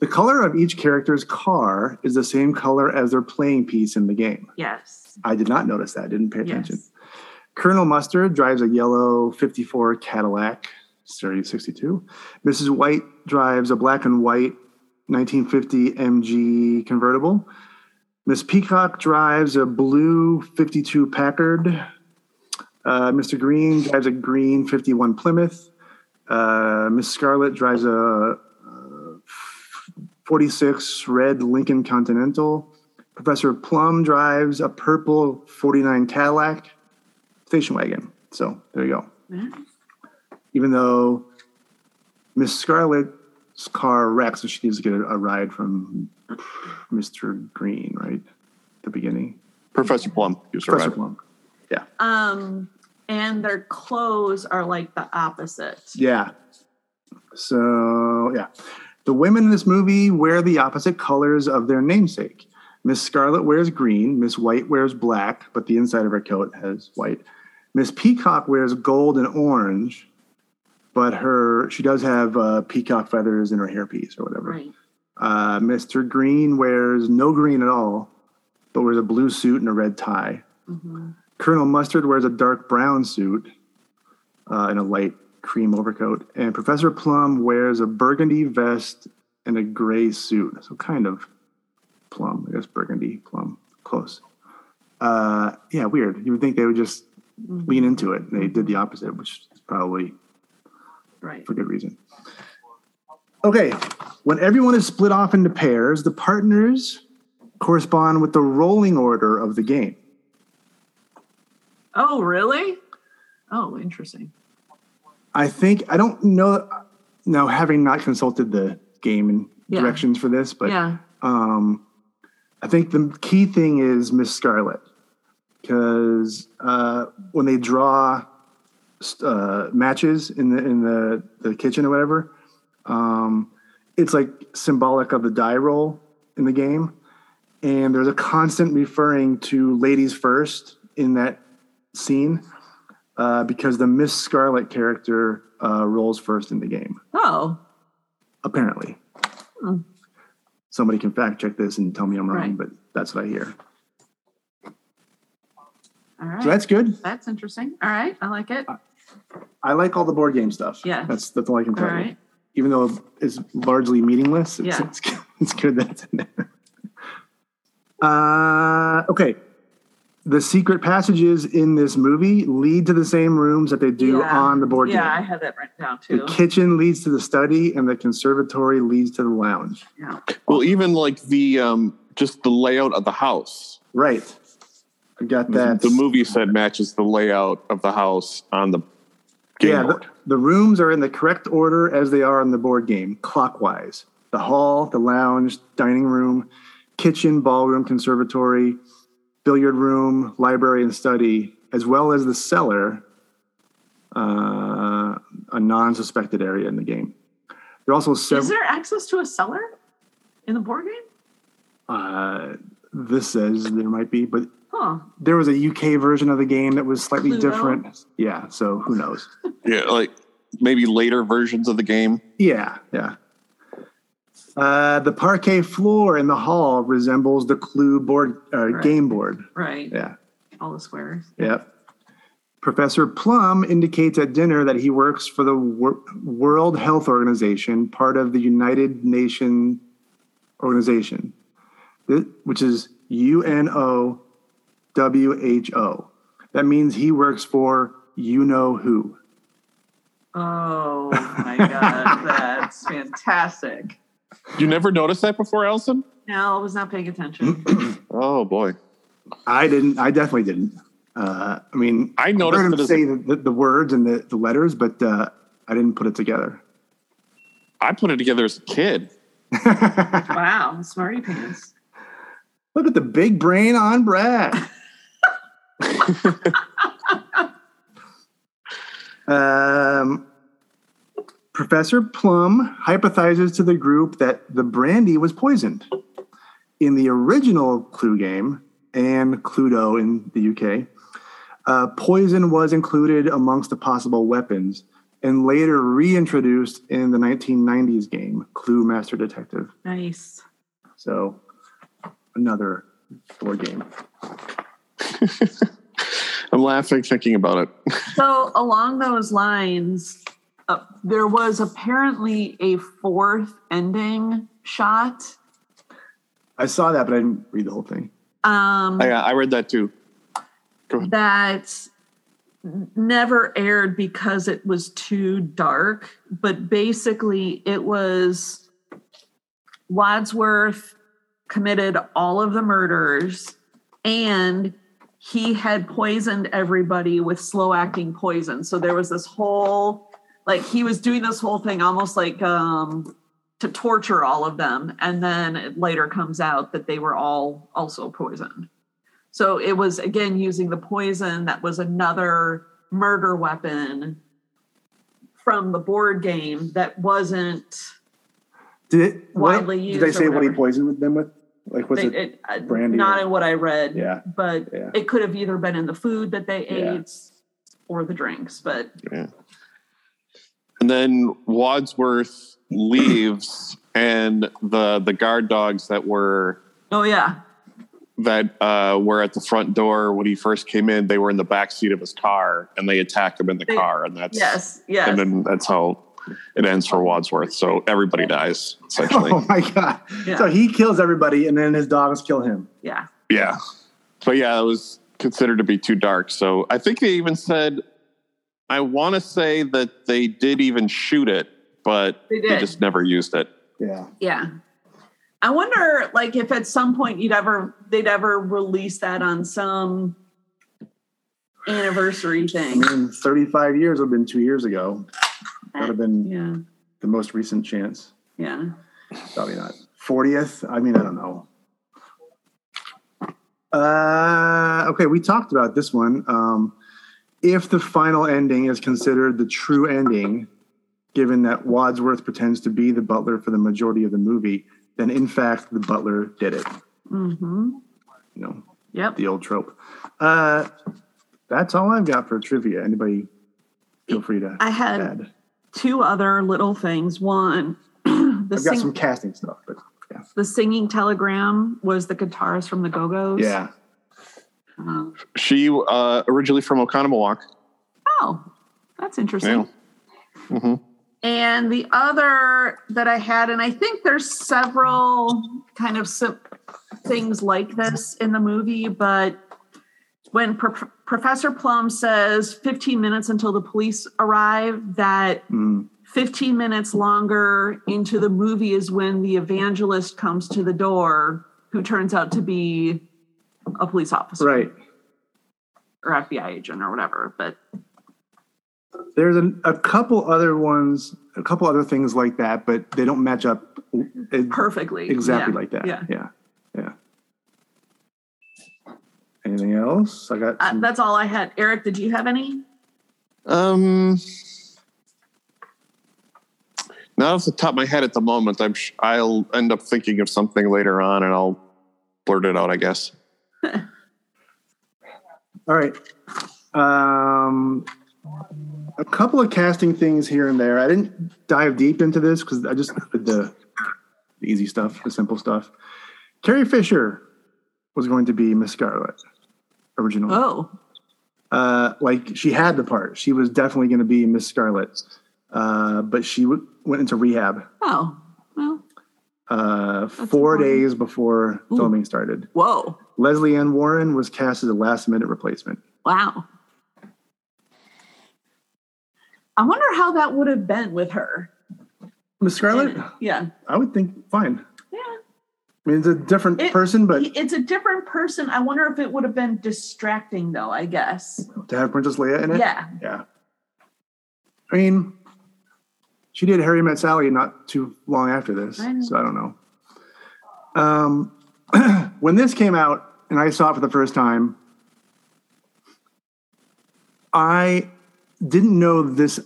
[SPEAKER 3] The color of each character's car is the same color as their playing piece in the game.
[SPEAKER 9] Yes.
[SPEAKER 3] I did not notice that. I didn't pay attention.
[SPEAKER 9] Yes.
[SPEAKER 3] Colonel Mustard drives a yellow 54 Cadillac, Series 62. Mrs. White drives a black and white 1950 MG convertible. Miss Peacock drives a blue 52 Packard. Uh, Mr. Green drives a green 51 Plymouth. Uh, Miss Scarlet drives a uh, 46 red Lincoln Continental. Professor Plum drives a purple 49 Cadillac station wagon. So there you go. Even though Miss Scarlet's car wrecks, so she needs to get a, a ride from Mr. Green, right? The beginning.
[SPEAKER 6] Professor Plum. He was
[SPEAKER 3] Professor
[SPEAKER 6] right.
[SPEAKER 3] Plum.
[SPEAKER 9] Um, and their clothes are like the opposite.
[SPEAKER 3] Yeah. So yeah. The women in this movie wear the opposite colors of their namesake. Miss Scarlet wears green, Miss White wears black, but the inside of her coat has white. Miss Peacock wears gold and orange, but her she does have uh, peacock feathers in her hairpiece or whatever.
[SPEAKER 9] Right.
[SPEAKER 3] Uh, Mr. Green wears no green at all, but wears a blue suit and a red tie.
[SPEAKER 9] Mhm.
[SPEAKER 3] Colonel Mustard wears a dark brown suit uh, and a light cream overcoat. And Professor Plum wears a burgundy vest and a gray suit. So kind of plum. I guess burgundy, plum. Close. Uh, yeah, weird. You would think they would just lean into it. They did the opposite, which is probably
[SPEAKER 9] Right.
[SPEAKER 3] for good reason. Okay, when everyone is split off into pairs, the partners correspond with the rolling order of the game.
[SPEAKER 9] Oh, really? Oh, interesting.
[SPEAKER 3] I think I don't know now having not consulted the game and
[SPEAKER 9] Yeah.
[SPEAKER 3] directions for this, but
[SPEAKER 9] yeah.
[SPEAKER 3] um, I think the key thing is Miss Scarlet because uh, when they draw uh, matches in the in the, the kitchen or whatever, um, it's like symbolic of the die roll in the game, and there's a constant referring to ladies first in that scene uh, because the Miss Scarlet character uh, rolls first in the game
[SPEAKER 9] Oh,
[SPEAKER 3] apparently.
[SPEAKER 9] Hmm.
[SPEAKER 3] Somebody can fact check this and tell me I'm wrong,
[SPEAKER 9] Right.
[SPEAKER 3] but that's what I hear.
[SPEAKER 9] all right.
[SPEAKER 3] So that's Uh, good.
[SPEAKER 9] That's interesting. All right. I like it.
[SPEAKER 3] I like all the board game stuff.
[SPEAKER 9] Yeah.
[SPEAKER 3] That's that's all I can
[SPEAKER 9] All
[SPEAKER 3] tell you.
[SPEAKER 9] right.
[SPEAKER 3] Even though it's largely meaningless, it's,
[SPEAKER 9] Yeah.
[SPEAKER 3] it's, it's good that it's in there. Uh, okay. The secret passages in this movie lead to the same rooms that they do
[SPEAKER 9] Yeah.
[SPEAKER 3] on the board
[SPEAKER 9] yeah, I
[SPEAKER 3] game.
[SPEAKER 9] had that written down
[SPEAKER 3] The
[SPEAKER 9] too.
[SPEAKER 3] kitchen leads to the study, and the conservatory leads to the lounge.
[SPEAKER 9] Yeah.
[SPEAKER 6] Well, even like the, um, just the layout of the house.
[SPEAKER 3] Right. I got
[SPEAKER 6] The,
[SPEAKER 3] that.
[SPEAKER 6] the movie said matches the layout of the house on the game
[SPEAKER 3] yeah, the,
[SPEAKER 6] board.
[SPEAKER 3] the rooms are in the correct order as they are on the board game, clockwise. The hall, the lounge, dining room, kitchen, ballroom, conservatory, billiard room, library, and study, as well as the cellar, uh, a non-suspected area in the game. There are also
[SPEAKER 9] Is
[SPEAKER 3] several.
[SPEAKER 9] there access to a cellar in the board game?
[SPEAKER 3] uh, this says there might be, but
[SPEAKER 9] Huh.
[SPEAKER 3] there was a UK version of the game that was slightly
[SPEAKER 9] Cluedo?
[SPEAKER 3] different. Yeah, so who knows?
[SPEAKER 6] Yeah, like maybe later versions of the game.
[SPEAKER 3] Yeah, yeah. Uh, the parquet floor in the hall resembles the Clue board uh, game board.
[SPEAKER 9] Right.
[SPEAKER 3] Yeah.
[SPEAKER 9] All the squares.
[SPEAKER 3] Yep. Professor Plum indicates at dinner that he works for the Wor- World Health Organization, part of the United Nation organization, th- which is U N O W H O. That means he works for you know who.
[SPEAKER 9] Oh my god, that's fantastic.
[SPEAKER 6] You never noticed that before, Allison?
[SPEAKER 9] No, I was not paying attention.
[SPEAKER 6] Oh boy,
[SPEAKER 3] I didn't. I definitely didn't. Uh, I mean,
[SPEAKER 6] I noticed
[SPEAKER 3] heard
[SPEAKER 6] it
[SPEAKER 3] him
[SPEAKER 6] as-
[SPEAKER 3] say the, the, the words and the, the letters, but uh, I didn't put it together.
[SPEAKER 6] I put it together as a kid.
[SPEAKER 9] wow, smarty pants.
[SPEAKER 3] Look at the big brain on Brad. um, Professor Plum hypothesizes to the group that the brandy was poisoned. In the original Clue game and Cluedo in the UK, uh, poison was included amongst the possible weapons and later reintroduced in the 1990s game, Clue Master Detective.
[SPEAKER 9] Nice.
[SPEAKER 3] So another board game.
[SPEAKER 6] I'm laughing thinking about it.
[SPEAKER 9] So along those lines, uh, there was apparently a fourth ending shot.
[SPEAKER 3] I saw that, but I didn't read the whole thing.
[SPEAKER 9] Um,
[SPEAKER 6] I, I read that too.
[SPEAKER 9] that never aired because it was too dark. But basically, it was Wadsworth committed all of the murders and he had poisoned everybody with slow acting poison. So there was this whole, like, he was doing this whole thing almost like, um, to torture all of them. And then it later comes out that they were all also poisoned. So it was again using the poison that was another murder weapon from the board game that wasn't.
[SPEAKER 3] Did it what-
[SPEAKER 9] Widely used
[SPEAKER 3] Did they
[SPEAKER 9] or
[SPEAKER 3] say what he
[SPEAKER 9] whatever.
[SPEAKER 3] poisoned them with? Like was
[SPEAKER 9] they-
[SPEAKER 3] it?
[SPEAKER 9] it- uh,
[SPEAKER 3] brandy
[SPEAKER 9] Not
[SPEAKER 3] or-
[SPEAKER 9] in what I read.
[SPEAKER 3] Yeah.
[SPEAKER 9] But
[SPEAKER 3] Yeah.
[SPEAKER 9] it could have either been in the food that they
[SPEAKER 6] Yeah.
[SPEAKER 9] ate or the drinks. But
[SPEAKER 6] Yeah. And then Wadsworth leaves, and the the guard dogs that were
[SPEAKER 9] oh yeah,
[SPEAKER 6] that uh, were at the front door when he first came in, they were in the back seat of his car, and they attack him in the
[SPEAKER 9] They-
[SPEAKER 6] car, and that's
[SPEAKER 9] yes, yes.
[SPEAKER 6] and then that's how it ends for Wadsworth. So everybody dies essentially.
[SPEAKER 3] Oh my god!
[SPEAKER 9] Yeah.
[SPEAKER 3] So he kills everybody, and then his dogs kill him.
[SPEAKER 9] yeah.
[SPEAKER 6] Yeah. But yeah, it was considered to be too dark. So I think they even said, I want to say that they did even shoot it, but
[SPEAKER 9] They
[SPEAKER 6] they,
[SPEAKER 9] did.
[SPEAKER 6] just never used it.
[SPEAKER 3] Yeah.
[SPEAKER 9] Yeah. I wonder like if at some point you'd ever they'd ever release that on some anniversary
[SPEAKER 3] I
[SPEAKER 9] thing.
[SPEAKER 3] mean, thirty-five years would have been two years ago. That would have been
[SPEAKER 9] Yeah.
[SPEAKER 3] the most recent chance.
[SPEAKER 9] Yeah.
[SPEAKER 3] Probably not. Fortieth. I mean, I don't know. Uh, okay, we talked about this one. Um, if the final ending is considered the true ending, given that Wadsworth pretends to be the butler for the majority of the movie, then in fact the butler did it.
[SPEAKER 9] Mm-hmm.
[SPEAKER 3] You know,
[SPEAKER 9] Yep.
[SPEAKER 3] the old trope. Uh, that's all I've got for trivia. Anybody, feel free to.
[SPEAKER 9] I had
[SPEAKER 3] add.
[SPEAKER 9] two other little things. One, the,
[SPEAKER 3] I've got
[SPEAKER 9] sing-
[SPEAKER 3] some casting stuff, but
[SPEAKER 9] the singing telegram was the guitarist from the Go Go's.
[SPEAKER 3] yeah,
[SPEAKER 6] She uh, originally from Oconomowoc.
[SPEAKER 9] Oh, that's interesting.
[SPEAKER 6] Yeah. hmm
[SPEAKER 9] And the other that I had, and I think there's several kind of sim- things like this in the movie, but when Pro- Professor Plum says 15 minutes until the police arrive, that
[SPEAKER 3] Mm,
[SPEAKER 9] 15 minutes longer into the movie is when the evangelist comes to the door, who turns out to be a police officer
[SPEAKER 3] right.
[SPEAKER 9] or FBI agent or whatever. But
[SPEAKER 3] There's an, a couple other ones, a couple other things like that, but they don't match up uh,
[SPEAKER 9] perfectly.
[SPEAKER 3] exactly
[SPEAKER 9] Yeah.
[SPEAKER 3] like that.
[SPEAKER 9] Yeah.
[SPEAKER 3] yeah, yeah. Anything else? I got.
[SPEAKER 9] Uh, that's all I had. Eric, did you have any?
[SPEAKER 6] Um, not off the top of my head at the moment. I'm. Sh- I'll end up thinking of something later on, and I'll blurt it out. I guess.
[SPEAKER 3] All right. Um, a couple of casting things here and there. I didn't dive deep into this because I just did the, the easy stuff, the simple stuff. Carrie Fisher was going to be Miss Scarlet originally.
[SPEAKER 9] Oh.
[SPEAKER 3] Uh, like she had the part. She was definitely going to be Miss Scarlet, uh, but she w- went into rehab
[SPEAKER 9] Oh, well,
[SPEAKER 3] uh, four days before filming started.
[SPEAKER 9] Whoa.
[SPEAKER 3] Leslie Ann Warren was cast as a last minute replacement.
[SPEAKER 9] wow. I wonder how that would have been with her.
[SPEAKER 3] Miss Scarlet,
[SPEAKER 9] Yeah.
[SPEAKER 3] I would think fine. Yeah. I mean, it's a different person, but
[SPEAKER 9] It's a different person. I wonder if it would have been distracting, though, I guess.
[SPEAKER 3] to have Princess Leia in it?
[SPEAKER 9] Yeah.
[SPEAKER 3] Yeah. I mean, she did Harry Met Sally not too long after this,
[SPEAKER 9] I know.
[SPEAKER 3] so I don't know. Um, when this came out and I saw it for the first time, I didn't know this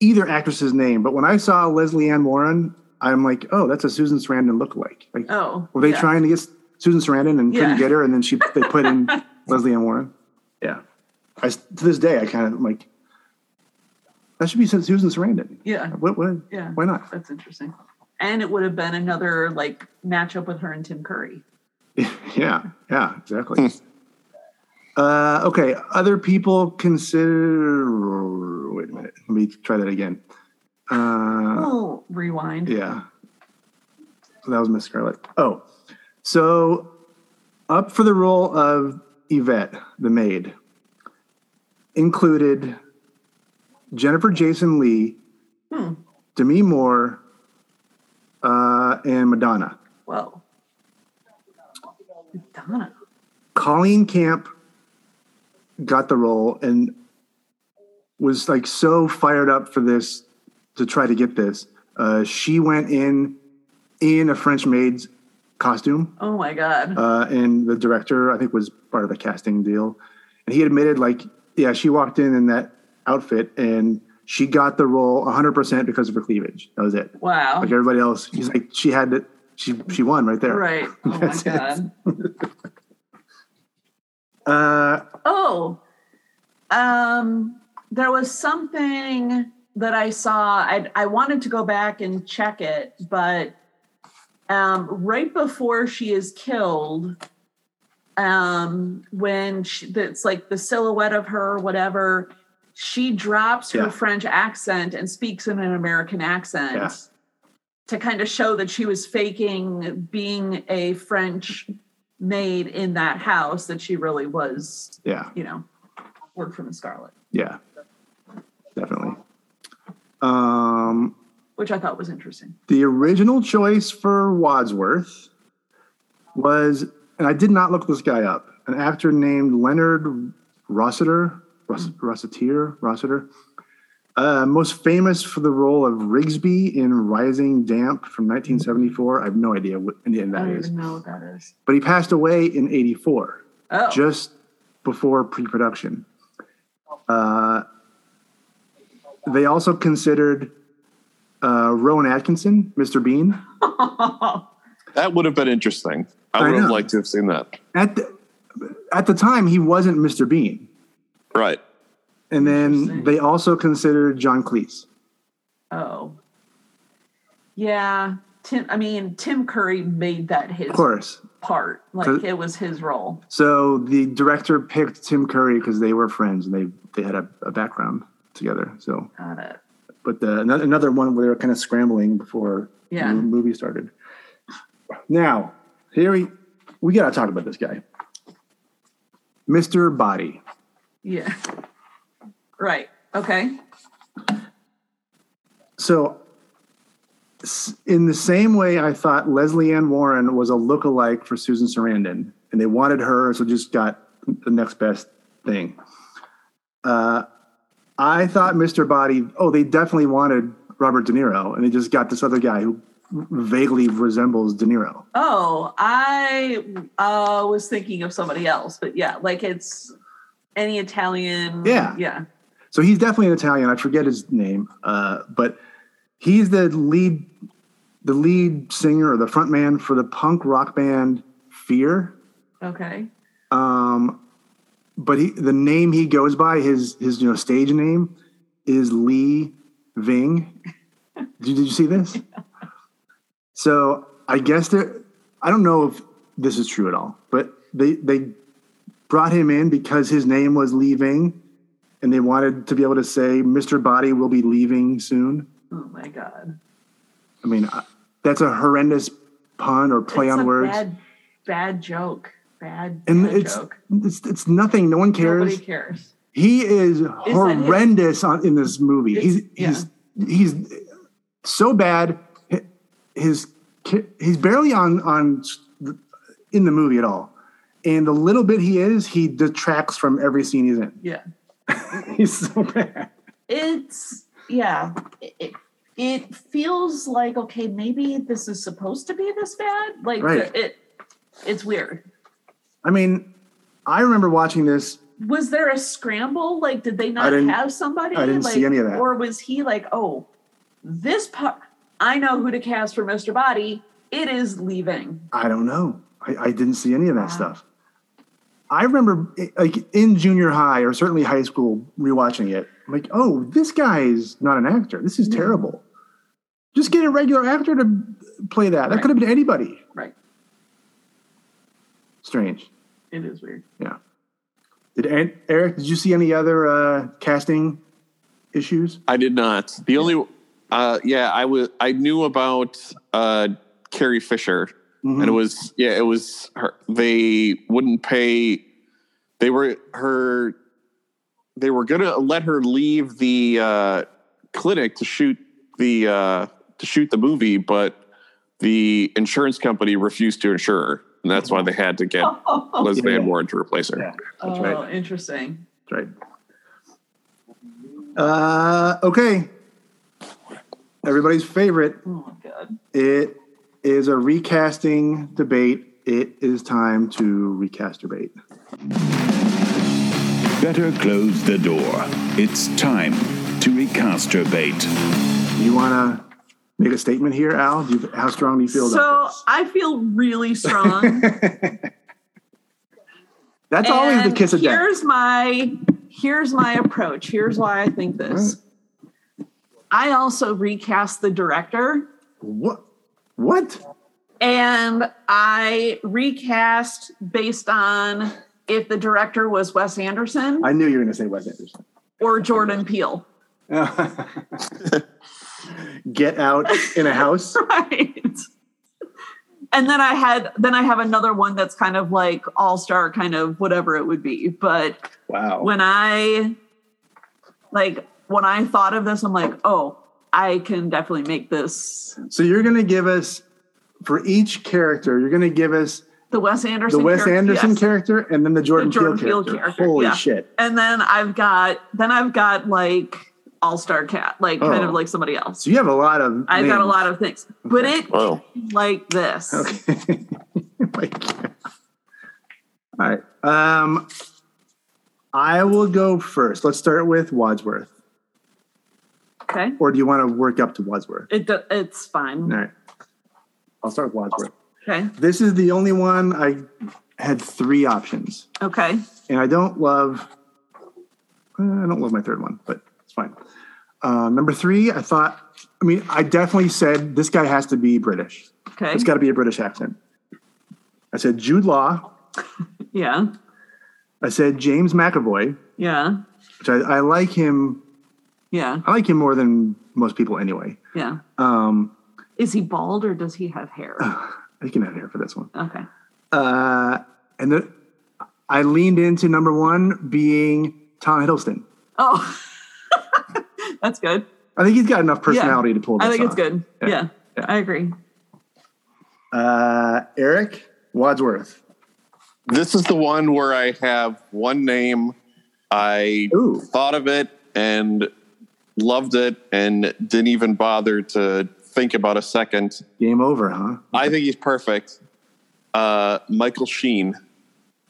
[SPEAKER 3] either actress's name, but when I saw Leslie Ann Warren, I'm like, oh, that's a Susan Sarandon lookalike. Like,
[SPEAKER 9] Oh.
[SPEAKER 3] were they
[SPEAKER 9] yeah.
[SPEAKER 3] trying to get Susan Sarandon and couldn't
[SPEAKER 9] Yeah.
[SPEAKER 3] get her, and then she they put in Leslie Ann Warren? Yeah. I s to this day, I kind of like that should be said Susan Sarandon.
[SPEAKER 9] Yeah.
[SPEAKER 3] What? What?
[SPEAKER 9] Yeah.
[SPEAKER 3] Why not?
[SPEAKER 9] That's interesting. And it would have been another like matchup with her and Tim Curry.
[SPEAKER 3] Yeah. Yeah. Exactly. uh, okay. Other people consider. Wait a minute. Let me try that again. Uh,
[SPEAKER 9] oh, rewind.
[SPEAKER 3] Yeah. So that was Miss Scarlet. Oh, so up for the role of Yvette, the maid, included Jennifer Jason Lee,
[SPEAKER 9] Hmm.
[SPEAKER 3] Demi Moore, uh, and Madonna.
[SPEAKER 9] Whoa. Madonna.
[SPEAKER 3] Colleen Camp got the role and was like so fired up for this to try to get this. Uh, she went in in a French maid's costume,
[SPEAKER 9] Oh my God.
[SPEAKER 3] uh, and the director I think was part of the casting deal, and he admitted like, yeah, she walked in in that outfit and she got the role 100% because of her cleavage. That was it.
[SPEAKER 9] wow.
[SPEAKER 3] Like everybody else, he's like, she had it. She she won right there.
[SPEAKER 9] Right. Oh my
[SPEAKER 3] That's it.
[SPEAKER 9] God.
[SPEAKER 3] Uh,
[SPEAKER 9] Oh, um, there was something that I saw. I, I wanted to go back and check it, but um, right before she is killed, um, when she, it's like the silhouette of her, whatever, she drops her
[SPEAKER 3] Yeah.
[SPEAKER 9] French accent and speaks in an American accent
[SPEAKER 3] Yeah.
[SPEAKER 9] to kind of show that she was faking being a French maid in that house, that she really was
[SPEAKER 3] yeah.
[SPEAKER 9] you know, work from the Scarlet,
[SPEAKER 3] Yeah, definitely. Um,
[SPEAKER 9] which I thought was interesting.
[SPEAKER 3] the original choice for Wadsworth was, and I did not look this guy up, an actor named Leonard Rossiter, Ross, Rossiter, Rossiter, uh, most famous for the role of Rigsby in Rising Damp from 1974. I have no idea what any of
[SPEAKER 9] I
[SPEAKER 3] that
[SPEAKER 9] don't
[SPEAKER 3] is,
[SPEAKER 9] even know what that is.
[SPEAKER 3] but he passed away in 84
[SPEAKER 9] Oh,
[SPEAKER 3] just before pre-production. Uh, they also considered uh, Rowan Atkinson, Mr. Bean.
[SPEAKER 6] That would have been interesting. I
[SPEAKER 3] I
[SPEAKER 6] would have
[SPEAKER 3] know.
[SPEAKER 6] liked to have seen that.
[SPEAKER 3] At the, at the time, he wasn't Mr. Bean,
[SPEAKER 6] Right.
[SPEAKER 3] and then they also considered John Cleese.
[SPEAKER 9] oh, yeah. Tim, I mean, Tim Curry made that his
[SPEAKER 3] Of course.
[SPEAKER 9] part. Like
[SPEAKER 3] Cause-
[SPEAKER 9] it was his role.
[SPEAKER 3] So the director picked Tim Curry because they were friends and they they had a, a background together. So,
[SPEAKER 9] Got it.
[SPEAKER 3] but the, ano- another one where they were kind of scrambling before
[SPEAKER 9] Yeah.
[SPEAKER 3] the movie started. Now, here we we gotta talk about this guy, Mr. Body.
[SPEAKER 9] Yeah. Right. Okay.
[SPEAKER 3] So, s- in the same way, I thought Leslie Ann Warren was a lookalike for Susan Sarandon, and they wanted her, so just got the next best thing. Uh, I thought Mr. Body. Oh, they definitely wanted Robert De Niro, and they just got this other guy who vaguely resembles De Niro.
[SPEAKER 9] Oh, I uh, was thinking of somebody else, but yeah, like it's any Italian.
[SPEAKER 3] Yeah.
[SPEAKER 9] Yeah.
[SPEAKER 3] So he's definitely an Italian. I forget his name, uh, but he's the lead, the lead singer or the front man for the punk rock band Fear.
[SPEAKER 9] Okay.
[SPEAKER 3] Um, but he, the name he goes by, his his you know stage name is Lee Ving. did, you, did you see this? So I guess there. I don't know if this is true at all, but they they brought him in because his name was Lee Ving, and they wanted to be able to say Mr. Body will be leaving soon.
[SPEAKER 9] Oh my God.
[SPEAKER 3] I mean, I- that's a horrendous pun or play
[SPEAKER 9] It's
[SPEAKER 3] on
[SPEAKER 9] a
[SPEAKER 3] words.
[SPEAKER 9] Bad, bad joke. Bad,
[SPEAKER 3] and
[SPEAKER 9] bad
[SPEAKER 3] it's,
[SPEAKER 9] joke.
[SPEAKER 3] it's it's nothing. No one cares.
[SPEAKER 9] Nobody cares.
[SPEAKER 3] He is
[SPEAKER 9] his-
[SPEAKER 3] horrendous on, in this movie. He's
[SPEAKER 9] It's-
[SPEAKER 3] he's he's so bad. Hi- His ki- he's barely on on s- in the movie at all, and the little bit he is, he detracts from every scene he's in.
[SPEAKER 9] Yeah.
[SPEAKER 3] he's so bad.
[SPEAKER 9] It's, yeah. It, it, it feels like, okay, maybe this is supposed to be this bad. Like,
[SPEAKER 3] Right.
[SPEAKER 9] it, it's weird.
[SPEAKER 3] I mean, I remember watching this.
[SPEAKER 9] was there a scramble? Like, did they
[SPEAKER 3] I
[SPEAKER 9] not
[SPEAKER 3] didn't-
[SPEAKER 9] have somebody?
[SPEAKER 3] I didn't
[SPEAKER 9] like,
[SPEAKER 3] see any of that.
[SPEAKER 9] Or was he like, oh, this part, I know who to cast for Mr. Body. It is leaving.
[SPEAKER 3] I don't know. I, I didn't see any of that stuff. I remember eh, like in junior high or certainly high school rewatching it. I'm like, oh, this guy is not an actor. This is terrible. Just get a regular actor to play that. That could have been anybody.
[SPEAKER 9] Right.
[SPEAKER 3] Strange.
[SPEAKER 9] It is weird.
[SPEAKER 3] Yeah. Did An- Eric? Did you see any other uh, casting issues?
[SPEAKER 6] I did not. The only, uh, yeah, I was. I knew about uh, Carrie Fisher,
[SPEAKER 3] Mhm.
[SPEAKER 6] and it was yeah, it was her. They wouldn't pay. They were her. They were gonna let her leave the uh, clinic to shoot the uh, to shoot the movie, but the insurance company refused to insure her, and that's why they had to get Les Van Warren to replace her.
[SPEAKER 9] Oh,
[SPEAKER 3] right.
[SPEAKER 9] interesting.
[SPEAKER 3] That's right. Uh, okay. Everybody's favorite.
[SPEAKER 9] Oh, my God.
[SPEAKER 3] It is a recasting debate. It is time to recast debate.
[SPEAKER 2] Better close the door. It's time to recasturbate.
[SPEAKER 3] You want to make a statement here, Al? Do you, how strong do you feel? about
[SPEAKER 9] So I feel really strong.
[SPEAKER 3] That's always the
[SPEAKER 9] And
[SPEAKER 3] kiss of death.
[SPEAKER 9] um, Here's my here's my approach. Here's why I think this. I also recast the director.
[SPEAKER 3] What? What?
[SPEAKER 9] and I recast based on if the director was Wes Anderson
[SPEAKER 3] I knew you were going to say Wes Anderson.
[SPEAKER 9] or Jordan Peele.
[SPEAKER 3] Get out in a house.
[SPEAKER 9] Right. And then I had then I have another one that's kind of like all-star kind of whatever it would be. But
[SPEAKER 3] Wow.
[SPEAKER 9] when I like when I thought of this, I'm like, oh, I can definitely make this
[SPEAKER 3] so you're going to give us for each character, you're going to give us
[SPEAKER 9] the Wes Anderson
[SPEAKER 3] the Wes
[SPEAKER 9] character-
[SPEAKER 3] Anderson
[SPEAKER 9] yes.
[SPEAKER 3] character and then the Jordan,
[SPEAKER 9] Jordan
[SPEAKER 3] Peele
[SPEAKER 9] Peele
[SPEAKER 3] character.
[SPEAKER 9] character,
[SPEAKER 3] Holy
[SPEAKER 9] yeah.
[SPEAKER 3] shit!
[SPEAKER 9] And then I've got then I've got like all-star cat, like kind
[SPEAKER 3] Oh.
[SPEAKER 9] of like somebody else.
[SPEAKER 3] So you have a lot of.
[SPEAKER 9] I've got a
[SPEAKER 3] names.
[SPEAKER 9] lot of things. But it
[SPEAKER 6] Wow.
[SPEAKER 9] like this.
[SPEAKER 3] Okay. Like- All right. Um, I will go first. Let's start with Wadsworth.
[SPEAKER 9] Okay.
[SPEAKER 3] Or do you want to work up to Wadsworth?
[SPEAKER 9] It do- it's fine.
[SPEAKER 3] All right. I'll start with Wadsworth.
[SPEAKER 9] Okay.
[SPEAKER 3] This is the only one I had three options,
[SPEAKER 9] Okay.
[SPEAKER 3] and I don't love. uh, I don't love my third one, but it's fine. Uh, number three, I thought. I mean, I definitely said this guy has to be British.
[SPEAKER 9] Okay.
[SPEAKER 3] It's got to be a British accent. I said Jude Law.
[SPEAKER 9] yeah.
[SPEAKER 3] I said James McAvoy,
[SPEAKER 9] Yeah.
[SPEAKER 3] which I, I like him.
[SPEAKER 9] Yeah.
[SPEAKER 3] I like him more than most people anyway.
[SPEAKER 9] Yeah.
[SPEAKER 3] Um,
[SPEAKER 9] Is he bald or does he have hair?
[SPEAKER 3] I can have hair for this one.
[SPEAKER 9] Okay.
[SPEAKER 3] Uh, and the, I leaned into number one being Tom Hiddleston.
[SPEAKER 9] Oh. That's good.
[SPEAKER 3] I think he's got enough personality to pull this
[SPEAKER 9] I think
[SPEAKER 3] off.
[SPEAKER 9] it's good. Yeah. I agree.
[SPEAKER 3] Uh, Eric Wadsworth.
[SPEAKER 6] this is the one where I have one name. I
[SPEAKER 3] Ooh.
[SPEAKER 6] thought of it and loved it and didn't even bother to think about a second.
[SPEAKER 3] Game over, huh?
[SPEAKER 6] I think he's perfect. Uh, Michael Sheen.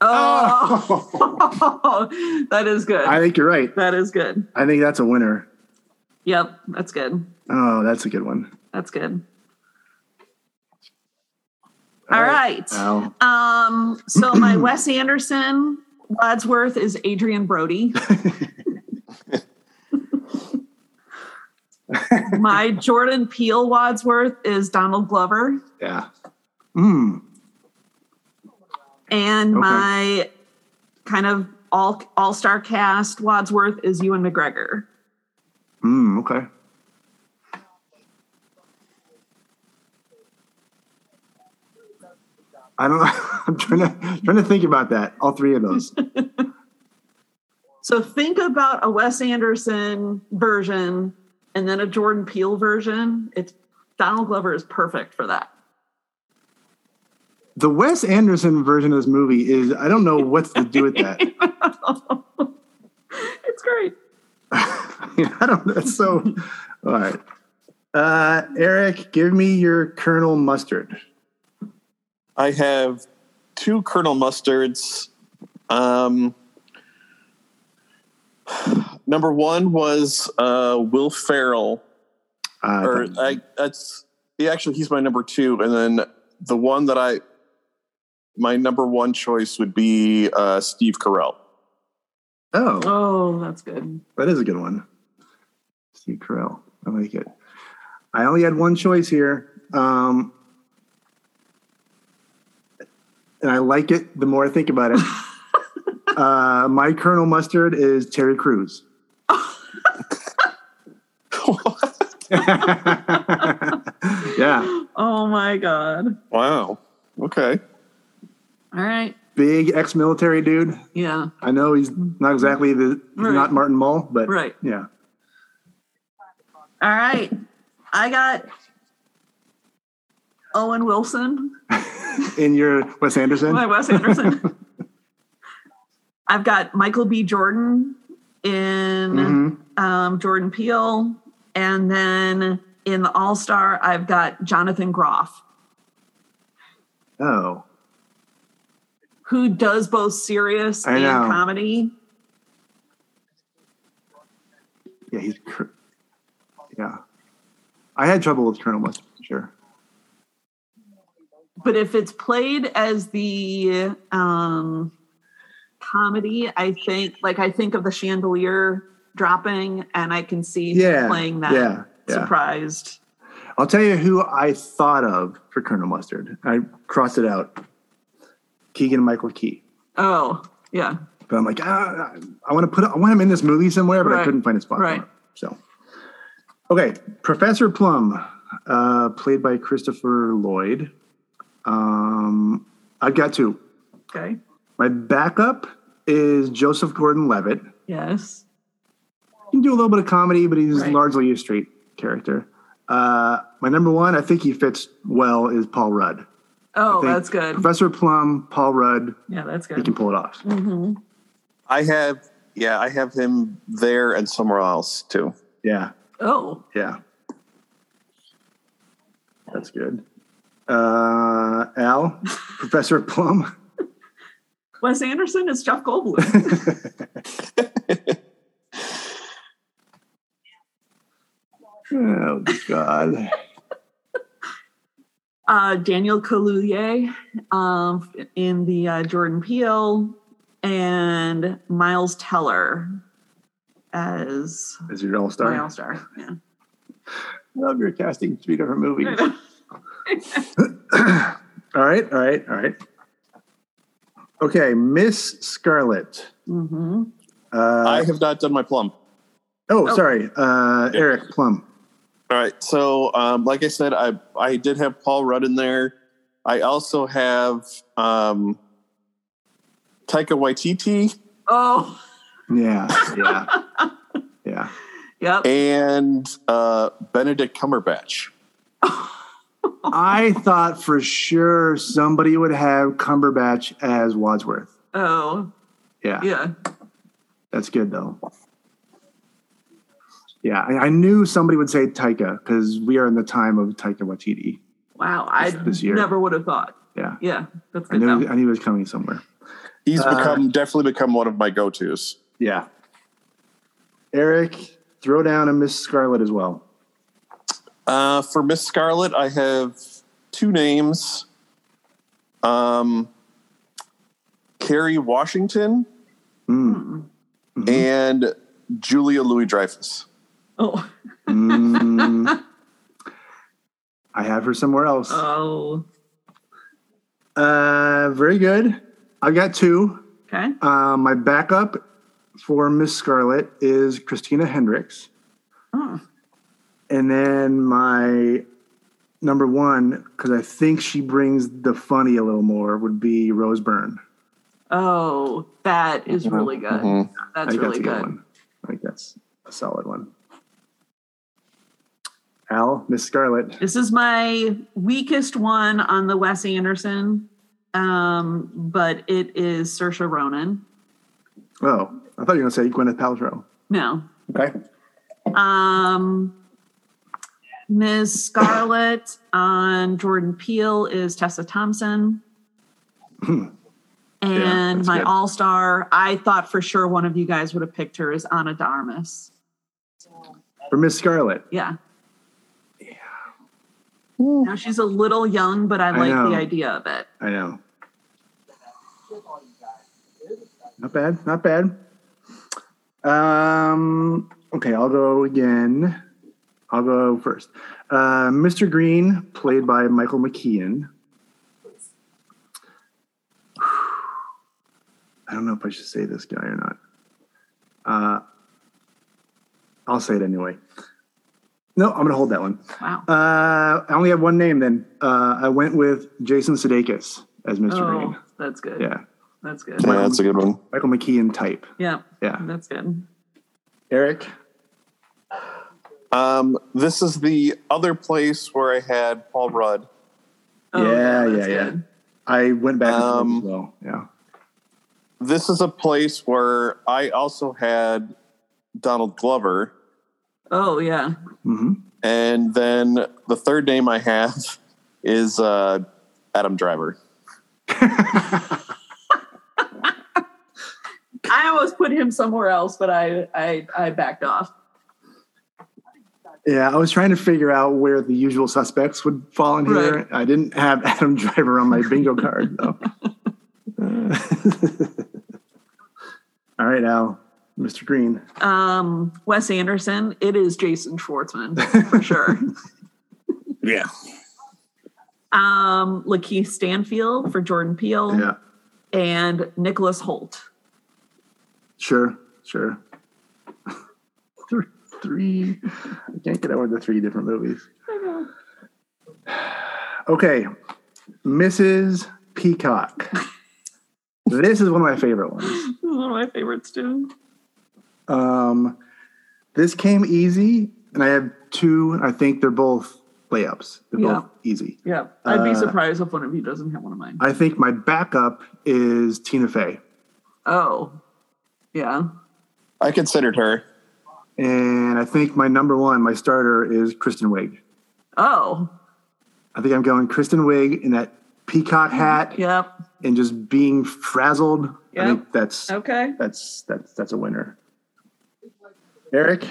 [SPEAKER 9] Ah! Oh, that is good.
[SPEAKER 3] I think you're right.
[SPEAKER 9] That is good.
[SPEAKER 3] I think that's a winner.
[SPEAKER 9] Yep, that's good.
[SPEAKER 3] Oh, that's a good one.
[SPEAKER 9] That's good. All right. Uh,
[SPEAKER 3] Wow.
[SPEAKER 9] Um, so my Wes Anderson Wadsworth is Adrian Brody. my Jordan Peele Wadsworth is Donald Glover.
[SPEAKER 3] Yeah. Mm.
[SPEAKER 9] And
[SPEAKER 3] Okay.
[SPEAKER 9] my kind of all all star cast Wadsworth is Ewan McGregor.
[SPEAKER 3] Mm, okay. I don't know. I'm trying to trying to think about that. All three of those.
[SPEAKER 9] So think about a Wes Anderson version and then a Jordan Peele version. It's Donald Glover is perfect for that.
[SPEAKER 3] The Wes Anderson version of this movie is I don't know what to do with that.
[SPEAKER 9] It's great.
[SPEAKER 3] I don't know. That's so all right. Uh, Eric, give me your Colonel Mustard.
[SPEAKER 6] I have two Colonel Mustards. Um, number one was uh, Will Ferrell.
[SPEAKER 3] Uh,
[SPEAKER 6] or
[SPEAKER 3] that-
[SPEAKER 6] I, that's yeah, actually he's my number two, and then the one that I my number one choice would be uh, Steve Carell.
[SPEAKER 3] oh,
[SPEAKER 9] Oh, that's good.
[SPEAKER 3] That is a good one. Steve Carell. I like it. I only had one choice here. Um, and I like it the more I think about it. uh, my Colonel Mustard is Terry Crews. yeah.
[SPEAKER 9] Oh my God.
[SPEAKER 6] Wow. Okay.
[SPEAKER 9] All right.
[SPEAKER 3] Big ex military dude.
[SPEAKER 9] Yeah.
[SPEAKER 3] I know he's not exactly the, he's
[SPEAKER 9] Right.
[SPEAKER 3] not Martin Mull, but
[SPEAKER 9] Right.
[SPEAKER 3] yeah.
[SPEAKER 9] All right. I got Owen Wilson,
[SPEAKER 3] In your Wes Anderson?
[SPEAKER 9] my Wes Anderson. I've got Michael B. Jordan in um, Jordan Peele. And then in the All Star, I've got Jonathan Groff,
[SPEAKER 3] Oh.
[SPEAKER 9] who does both serious
[SPEAKER 3] I
[SPEAKER 9] and
[SPEAKER 3] know.
[SPEAKER 9] comedy.
[SPEAKER 3] Yeah, he's. Cr- yeah, I had trouble with Colonel Mustard for sure.
[SPEAKER 9] But if it's played as the um, comedy, I think, like, I think of the chandelier dropping, and I can see him
[SPEAKER 3] Yeah,
[SPEAKER 9] playing that
[SPEAKER 3] yeah, yeah.
[SPEAKER 9] surprised.
[SPEAKER 3] I'll tell you who I thought of for Colonel Mustard. I crossed it out. Keegan Michael Key,
[SPEAKER 9] Oh, yeah,
[SPEAKER 3] but I'm like, ah, I want to put, I want him in this movie somewhere, but I
[SPEAKER 9] Right,
[SPEAKER 3] couldn't find a spot. for
[SPEAKER 9] right.
[SPEAKER 3] him. So, okay, Professor Plum, uh, played by Christopher Lloyd. Um, I've got two.
[SPEAKER 9] okay,
[SPEAKER 3] My backup is Joseph Gordon-Levitt.
[SPEAKER 9] yes,
[SPEAKER 3] He can do a little bit of comedy, but he's
[SPEAKER 9] Right.
[SPEAKER 3] largely a straight character. Uh, my number one, I think he fits well, is Paul Rudd.
[SPEAKER 9] oh,
[SPEAKER 3] I think
[SPEAKER 9] that's good.
[SPEAKER 3] Professor Plum, Paul Rudd,
[SPEAKER 9] Yeah, that's
[SPEAKER 3] he can
[SPEAKER 9] good.
[SPEAKER 3] pull it off.
[SPEAKER 9] hmm
[SPEAKER 6] I have yeah, I have him there and somewhere else too.
[SPEAKER 3] Yeah,
[SPEAKER 9] Oh,
[SPEAKER 3] yeah. That's good. Uh, Al, Professor Plum.
[SPEAKER 9] Wes Anderson is Jeff Goldblum.
[SPEAKER 3] Oh, God.
[SPEAKER 9] uh, Daniel Kaluuya um, in the uh, Jordan Peele, and Miles Teller as
[SPEAKER 3] Is your all
[SPEAKER 9] my
[SPEAKER 3] star?
[SPEAKER 9] all star. Yeah.
[SPEAKER 3] love your casting three different movies. all right, all right, all right. Okay, Miss Scarlet.
[SPEAKER 9] hmm
[SPEAKER 3] Uh,
[SPEAKER 6] I have not done my plum.
[SPEAKER 3] oh, sorry, uh, Eric Plum.
[SPEAKER 6] All right. So, um, like I said, I I did have Paul Rudd in there. I also have um, Taika Waititi
[SPEAKER 9] Oh,
[SPEAKER 3] Yeah, yeah, yeah.
[SPEAKER 9] yep.
[SPEAKER 6] and uh, Benedict Cumberbatch.
[SPEAKER 3] I thought for sure somebody would have Cumberbatch as Wadsworth.
[SPEAKER 9] Oh,
[SPEAKER 3] Yeah,
[SPEAKER 9] yeah.
[SPEAKER 3] that's good though. Yeah, I, I knew somebody would say Taika because we are in the time of Taika Waititi.
[SPEAKER 9] Wow, I
[SPEAKER 3] this year.
[SPEAKER 9] never would have thought.
[SPEAKER 3] Yeah,
[SPEAKER 9] Yeah, that's
[SPEAKER 3] I
[SPEAKER 9] good.
[SPEAKER 3] knew
[SPEAKER 9] though.
[SPEAKER 3] I knew it was coming somewhere.
[SPEAKER 6] He's
[SPEAKER 3] Uh,
[SPEAKER 6] become definitely become one of my go tos.
[SPEAKER 3] Yeah. Eric, throw down a Miss Scarlet as well.
[SPEAKER 6] Uh, for Miss Scarlet, I have two names. Um, Carrie Washington
[SPEAKER 3] Mm.
[SPEAKER 6] and Julia Louis Dreyfus.
[SPEAKER 9] Oh,
[SPEAKER 3] Mm. I have her somewhere else.
[SPEAKER 9] oh,
[SPEAKER 3] Uh, very good. I've got two.
[SPEAKER 9] okay.
[SPEAKER 3] Uh, my backup for Miss Scarlet is Christina Hendricks.
[SPEAKER 9] Oh.
[SPEAKER 3] And then my number one, because I think she brings the funny a little more, would be Rose Byrne.
[SPEAKER 9] Oh, that is really good.
[SPEAKER 6] Mhm.
[SPEAKER 3] Mm-hmm. I
[SPEAKER 9] That's
[SPEAKER 3] think
[SPEAKER 9] really
[SPEAKER 3] a
[SPEAKER 9] good.
[SPEAKER 3] one. I think that's a solid one. Al, Miss Scarlet.
[SPEAKER 9] This is my weakest one on the Wes Anderson, um, but it is Saoirse Ronan.
[SPEAKER 3] Oh, I thought you were going to say Gwyneth Paltrow.
[SPEAKER 9] No,
[SPEAKER 3] Okay.
[SPEAKER 9] um, Ms. Scarlet on Jordan Peele is Tessa Thompson. and
[SPEAKER 3] Hmm.
[SPEAKER 6] that's
[SPEAKER 9] my
[SPEAKER 6] good.
[SPEAKER 9] all star, I thought for sure one of you guys would have picked her, is Anna Darmus.
[SPEAKER 3] For Miss Scarlet.
[SPEAKER 9] Yeah. Now she's a little young, but I
[SPEAKER 3] I
[SPEAKER 9] like
[SPEAKER 3] know.
[SPEAKER 9] the idea of it.
[SPEAKER 3] I know. Not bad. Not bad. Um, okay, I'll go again. I'll go first. Uh, Mr. Green, played by Michael McKean. I don't know if I should say this guy or not. Uh, I'll say it anyway. No, I'm going to hold that one.
[SPEAKER 9] Wow.
[SPEAKER 3] Uh, I only have one name then. Uh, I went with Jason Sudeikis as Mr.
[SPEAKER 9] Oh,
[SPEAKER 3] Green.
[SPEAKER 9] that's good.
[SPEAKER 3] Yeah.
[SPEAKER 9] That's good.
[SPEAKER 6] Yeah, that's a good one.
[SPEAKER 3] Michael McKean type.
[SPEAKER 9] Yeah,
[SPEAKER 3] Yeah.
[SPEAKER 9] that's good.
[SPEAKER 3] Eric?
[SPEAKER 6] Um, this is the other place where I had Paul Rudd.
[SPEAKER 3] yeah, yeah,
[SPEAKER 9] Oh, that's
[SPEAKER 3] yeah.
[SPEAKER 9] good.
[SPEAKER 3] I went back and forth
[SPEAKER 6] Um,
[SPEAKER 3] as well. Yeah.
[SPEAKER 6] This is a place where I also had Donald Glover.
[SPEAKER 9] Oh, yeah.
[SPEAKER 3] hmm
[SPEAKER 6] And then the third name I have is uh, Adam Driver.
[SPEAKER 9] I almost put him somewhere else, but I, I, I backed off.
[SPEAKER 3] Yeah, I was trying to figure out where the usual suspects would fall in here.
[SPEAKER 9] Right.
[SPEAKER 3] I didn't have Adam Driver on my bingo card, though. Uh, All right, Al, Mr. Green.
[SPEAKER 9] um, Wes Anderson, it is Jason Schwartzman for sure.
[SPEAKER 6] Yeah.
[SPEAKER 9] Um, Lakeith Stanfield for Jordan Peele
[SPEAKER 3] Yeah,
[SPEAKER 9] and Nicholas Holt.
[SPEAKER 3] sure, sure. Three- three. I can't get over the three different movies. Okay, Mrs. Peacock. this is one of my favorite ones.
[SPEAKER 9] This is one of my favorites too.
[SPEAKER 3] Um, this came easy, and I have two. and I think they're both layups. They're
[SPEAKER 9] Yeah.
[SPEAKER 3] both easy.
[SPEAKER 9] Yeah, I'd
[SPEAKER 3] Uh,
[SPEAKER 9] be surprised if one of you doesn't have one of mine.
[SPEAKER 3] I think my backup is Tina Fey,
[SPEAKER 9] Oh, yeah.
[SPEAKER 6] I considered her.
[SPEAKER 3] and I think my number one, my starter, is Kristen Wiig.
[SPEAKER 9] Oh,
[SPEAKER 3] I think I'm going Kristen Wiig in that peacock hat
[SPEAKER 9] yep.
[SPEAKER 3] and just being frazzled. I
[SPEAKER 9] Yeah.
[SPEAKER 3] think that's
[SPEAKER 9] Okay.
[SPEAKER 3] that's that's that's a winner. Eric,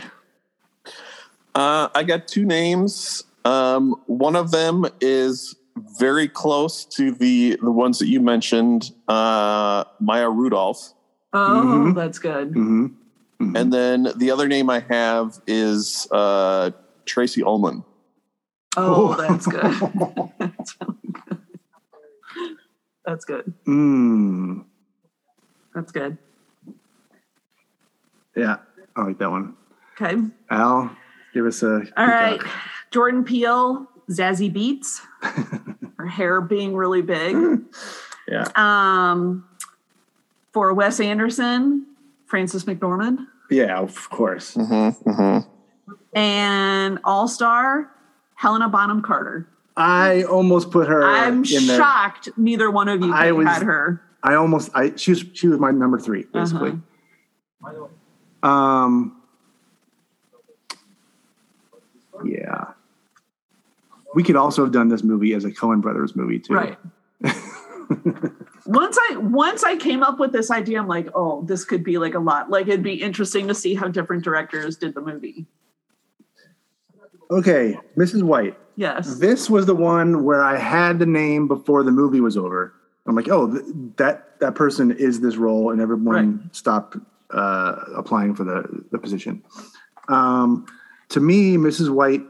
[SPEAKER 6] Uh, I got two names. Um, one of them is very close to the the ones that you mentioned, uh, Maya Rudolph,
[SPEAKER 9] Oh,
[SPEAKER 3] Mhm.
[SPEAKER 9] that's good.
[SPEAKER 3] Mhm.
[SPEAKER 6] and then the other name I have is uh, Tracy Ullman.
[SPEAKER 3] Oh.
[SPEAKER 9] Oh, that's good. that's really good. That's good.
[SPEAKER 3] Mm,
[SPEAKER 9] That's good.
[SPEAKER 3] yeah, I like that one.
[SPEAKER 9] Okay.
[SPEAKER 3] Al, give us a.
[SPEAKER 9] All right.
[SPEAKER 3] peacock.
[SPEAKER 9] Jordan Peele, Zazie Beats. her hair being really big.
[SPEAKER 3] Yeah.
[SPEAKER 9] Um, for Wes Anderson, Francis McDormand.
[SPEAKER 3] Yeah, of course.
[SPEAKER 6] Mm-hmm, mm-hmm.
[SPEAKER 9] And All Star, Helena Bonham Carter.
[SPEAKER 3] I almost put her.
[SPEAKER 9] I'm
[SPEAKER 3] in there.
[SPEAKER 9] shocked neither one of you
[SPEAKER 3] I was-
[SPEAKER 9] had her.
[SPEAKER 3] I almost. I she was she was my
[SPEAKER 9] Uh-huh.
[SPEAKER 3] number three basically. Um, we could also have done this movie as a Cohen Brothers movie too.
[SPEAKER 9] Right. once I once I came up with this idea, I'm like, oh, this could be like a lot. Like it'd be interesting to see how different directors did the movie.
[SPEAKER 3] Okay, Mrs. White.
[SPEAKER 9] Yes.
[SPEAKER 3] This was the one where I had the name before the movie was over. I'm like, oh, th- that that person is this role, and everyone stopped uh, applying for the the position. Um, to me, Mrs. White,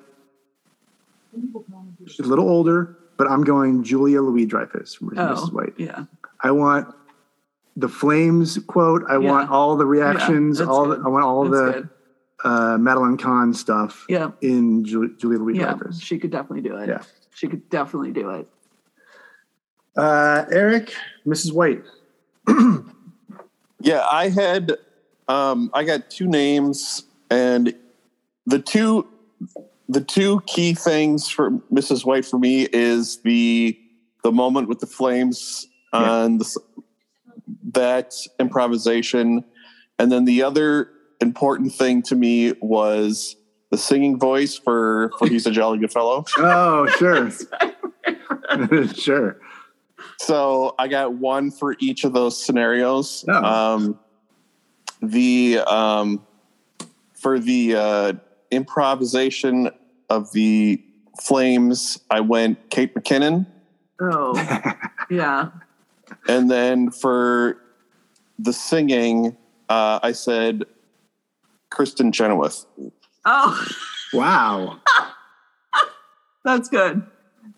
[SPEAKER 3] she's a little older, but I'm going Julia Louis Dreyfus from
[SPEAKER 9] Oh.
[SPEAKER 3] Mrs. White.
[SPEAKER 9] Yeah.
[SPEAKER 3] I want the flames quote. I
[SPEAKER 9] Yeah.
[SPEAKER 3] want all the reactions.
[SPEAKER 9] Yeah, that's
[SPEAKER 3] all
[SPEAKER 9] good.
[SPEAKER 3] the, I want all
[SPEAKER 9] That's
[SPEAKER 3] the
[SPEAKER 9] good.
[SPEAKER 3] uh, Madeline Kahn stuff.
[SPEAKER 9] Yeah.
[SPEAKER 3] in Ju- Julia Louis
[SPEAKER 9] yeah,
[SPEAKER 3] Dreyfus.
[SPEAKER 9] she could definitely do it.
[SPEAKER 3] Yeah.
[SPEAKER 9] She could definitely do it.
[SPEAKER 3] Uh, Eric, Mrs. White.
[SPEAKER 6] Yeah, I had um I got two names and the two the two key things for Mrs. White for me is the the moment with the flames on the s that improvisation and then the other important thing to me was the singing voice for for he's a jolly good fellow.
[SPEAKER 3] Oh, sure. sure.
[SPEAKER 6] So I got one for each of those scenarios.
[SPEAKER 3] Oh.
[SPEAKER 6] Um, the um, for the uh, improvisation of the flames, I went Kate McKinnon,
[SPEAKER 9] Oh, yeah.
[SPEAKER 6] and then for the singing, uh, I said Kristen Chenoweth.
[SPEAKER 9] Oh,
[SPEAKER 3] Wow.
[SPEAKER 9] that's good.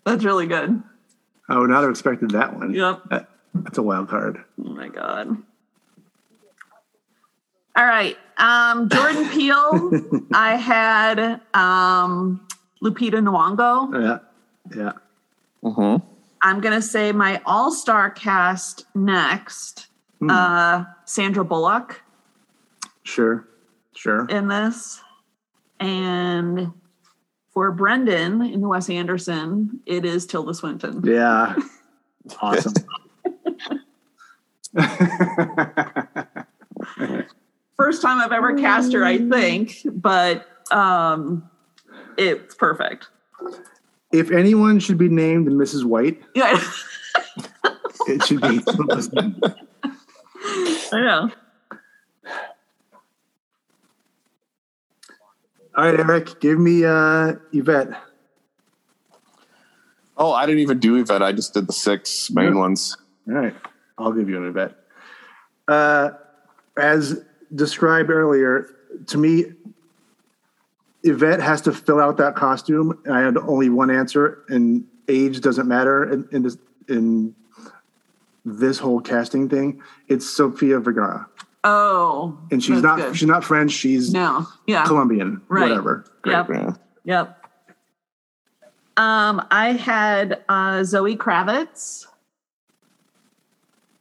[SPEAKER 9] That's really good.
[SPEAKER 3] I would not have expected that one.
[SPEAKER 9] Yep.
[SPEAKER 3] That- that's a wild card.
[SPEAKER 9] Oh my god. All right. Um, Jordan Peele. I had um, Lupita Nyong'o.
[SPEAKER 3] Yeah. Yeah.
[SPEAKER 6] Mm-hmm.
[SPEAKER 9] I'm gonna say my all-star cast next.
[SPEAKER 3] Hmm.
[SPEAKER 9] Uh, Sandra Bullock
[SPEAKER 3] Sure. Sure.
[SPEAKER 9] in this, and for Brendan in the Wes Anderson, it is Tilda Swinton.
[SPEAKER 3] Yeah. Awesome.
[SPEAKER 9] First time I've ever cast her, I think, but um, it's perfect.
[SPEAKER 3] if anyone should be named Mrs. White,
[SPEAKER 9] Yeah,
[SPEAKER 3] it should be.
[SPEAKER 9] I know.
[SPEAKER 3] All right, Eric, give me uh, Yvette.
[SPEAKER 6] Oh, I didn't even do Yvette. I just did the six main ones.
[SPEAKER 3] All right. I'll give you an Yvette. Uh, as described earlier, to me, Yvette has to fill out that costume. And I had only one answer, and age doesn't matter in, in this in this whole casting thing. It's Sofia Vergara,
[SPEAKER 9] Oh,
[SPEAKER 3] and she's
[SPEAKER 9] that's
[SPEAKER 3] not
[SPEAKER 9] good.
[SPEAKER 3] she's not French. She's
[SPEAKER 9] no, yeah,
[SPEAKER 3] Colombian,
[SPEAKER 9] Right.
[SPEAKER 3] whatever.
[SPEAKER 9] Yep. Yep. Um, I had uh, Zoe Kravitz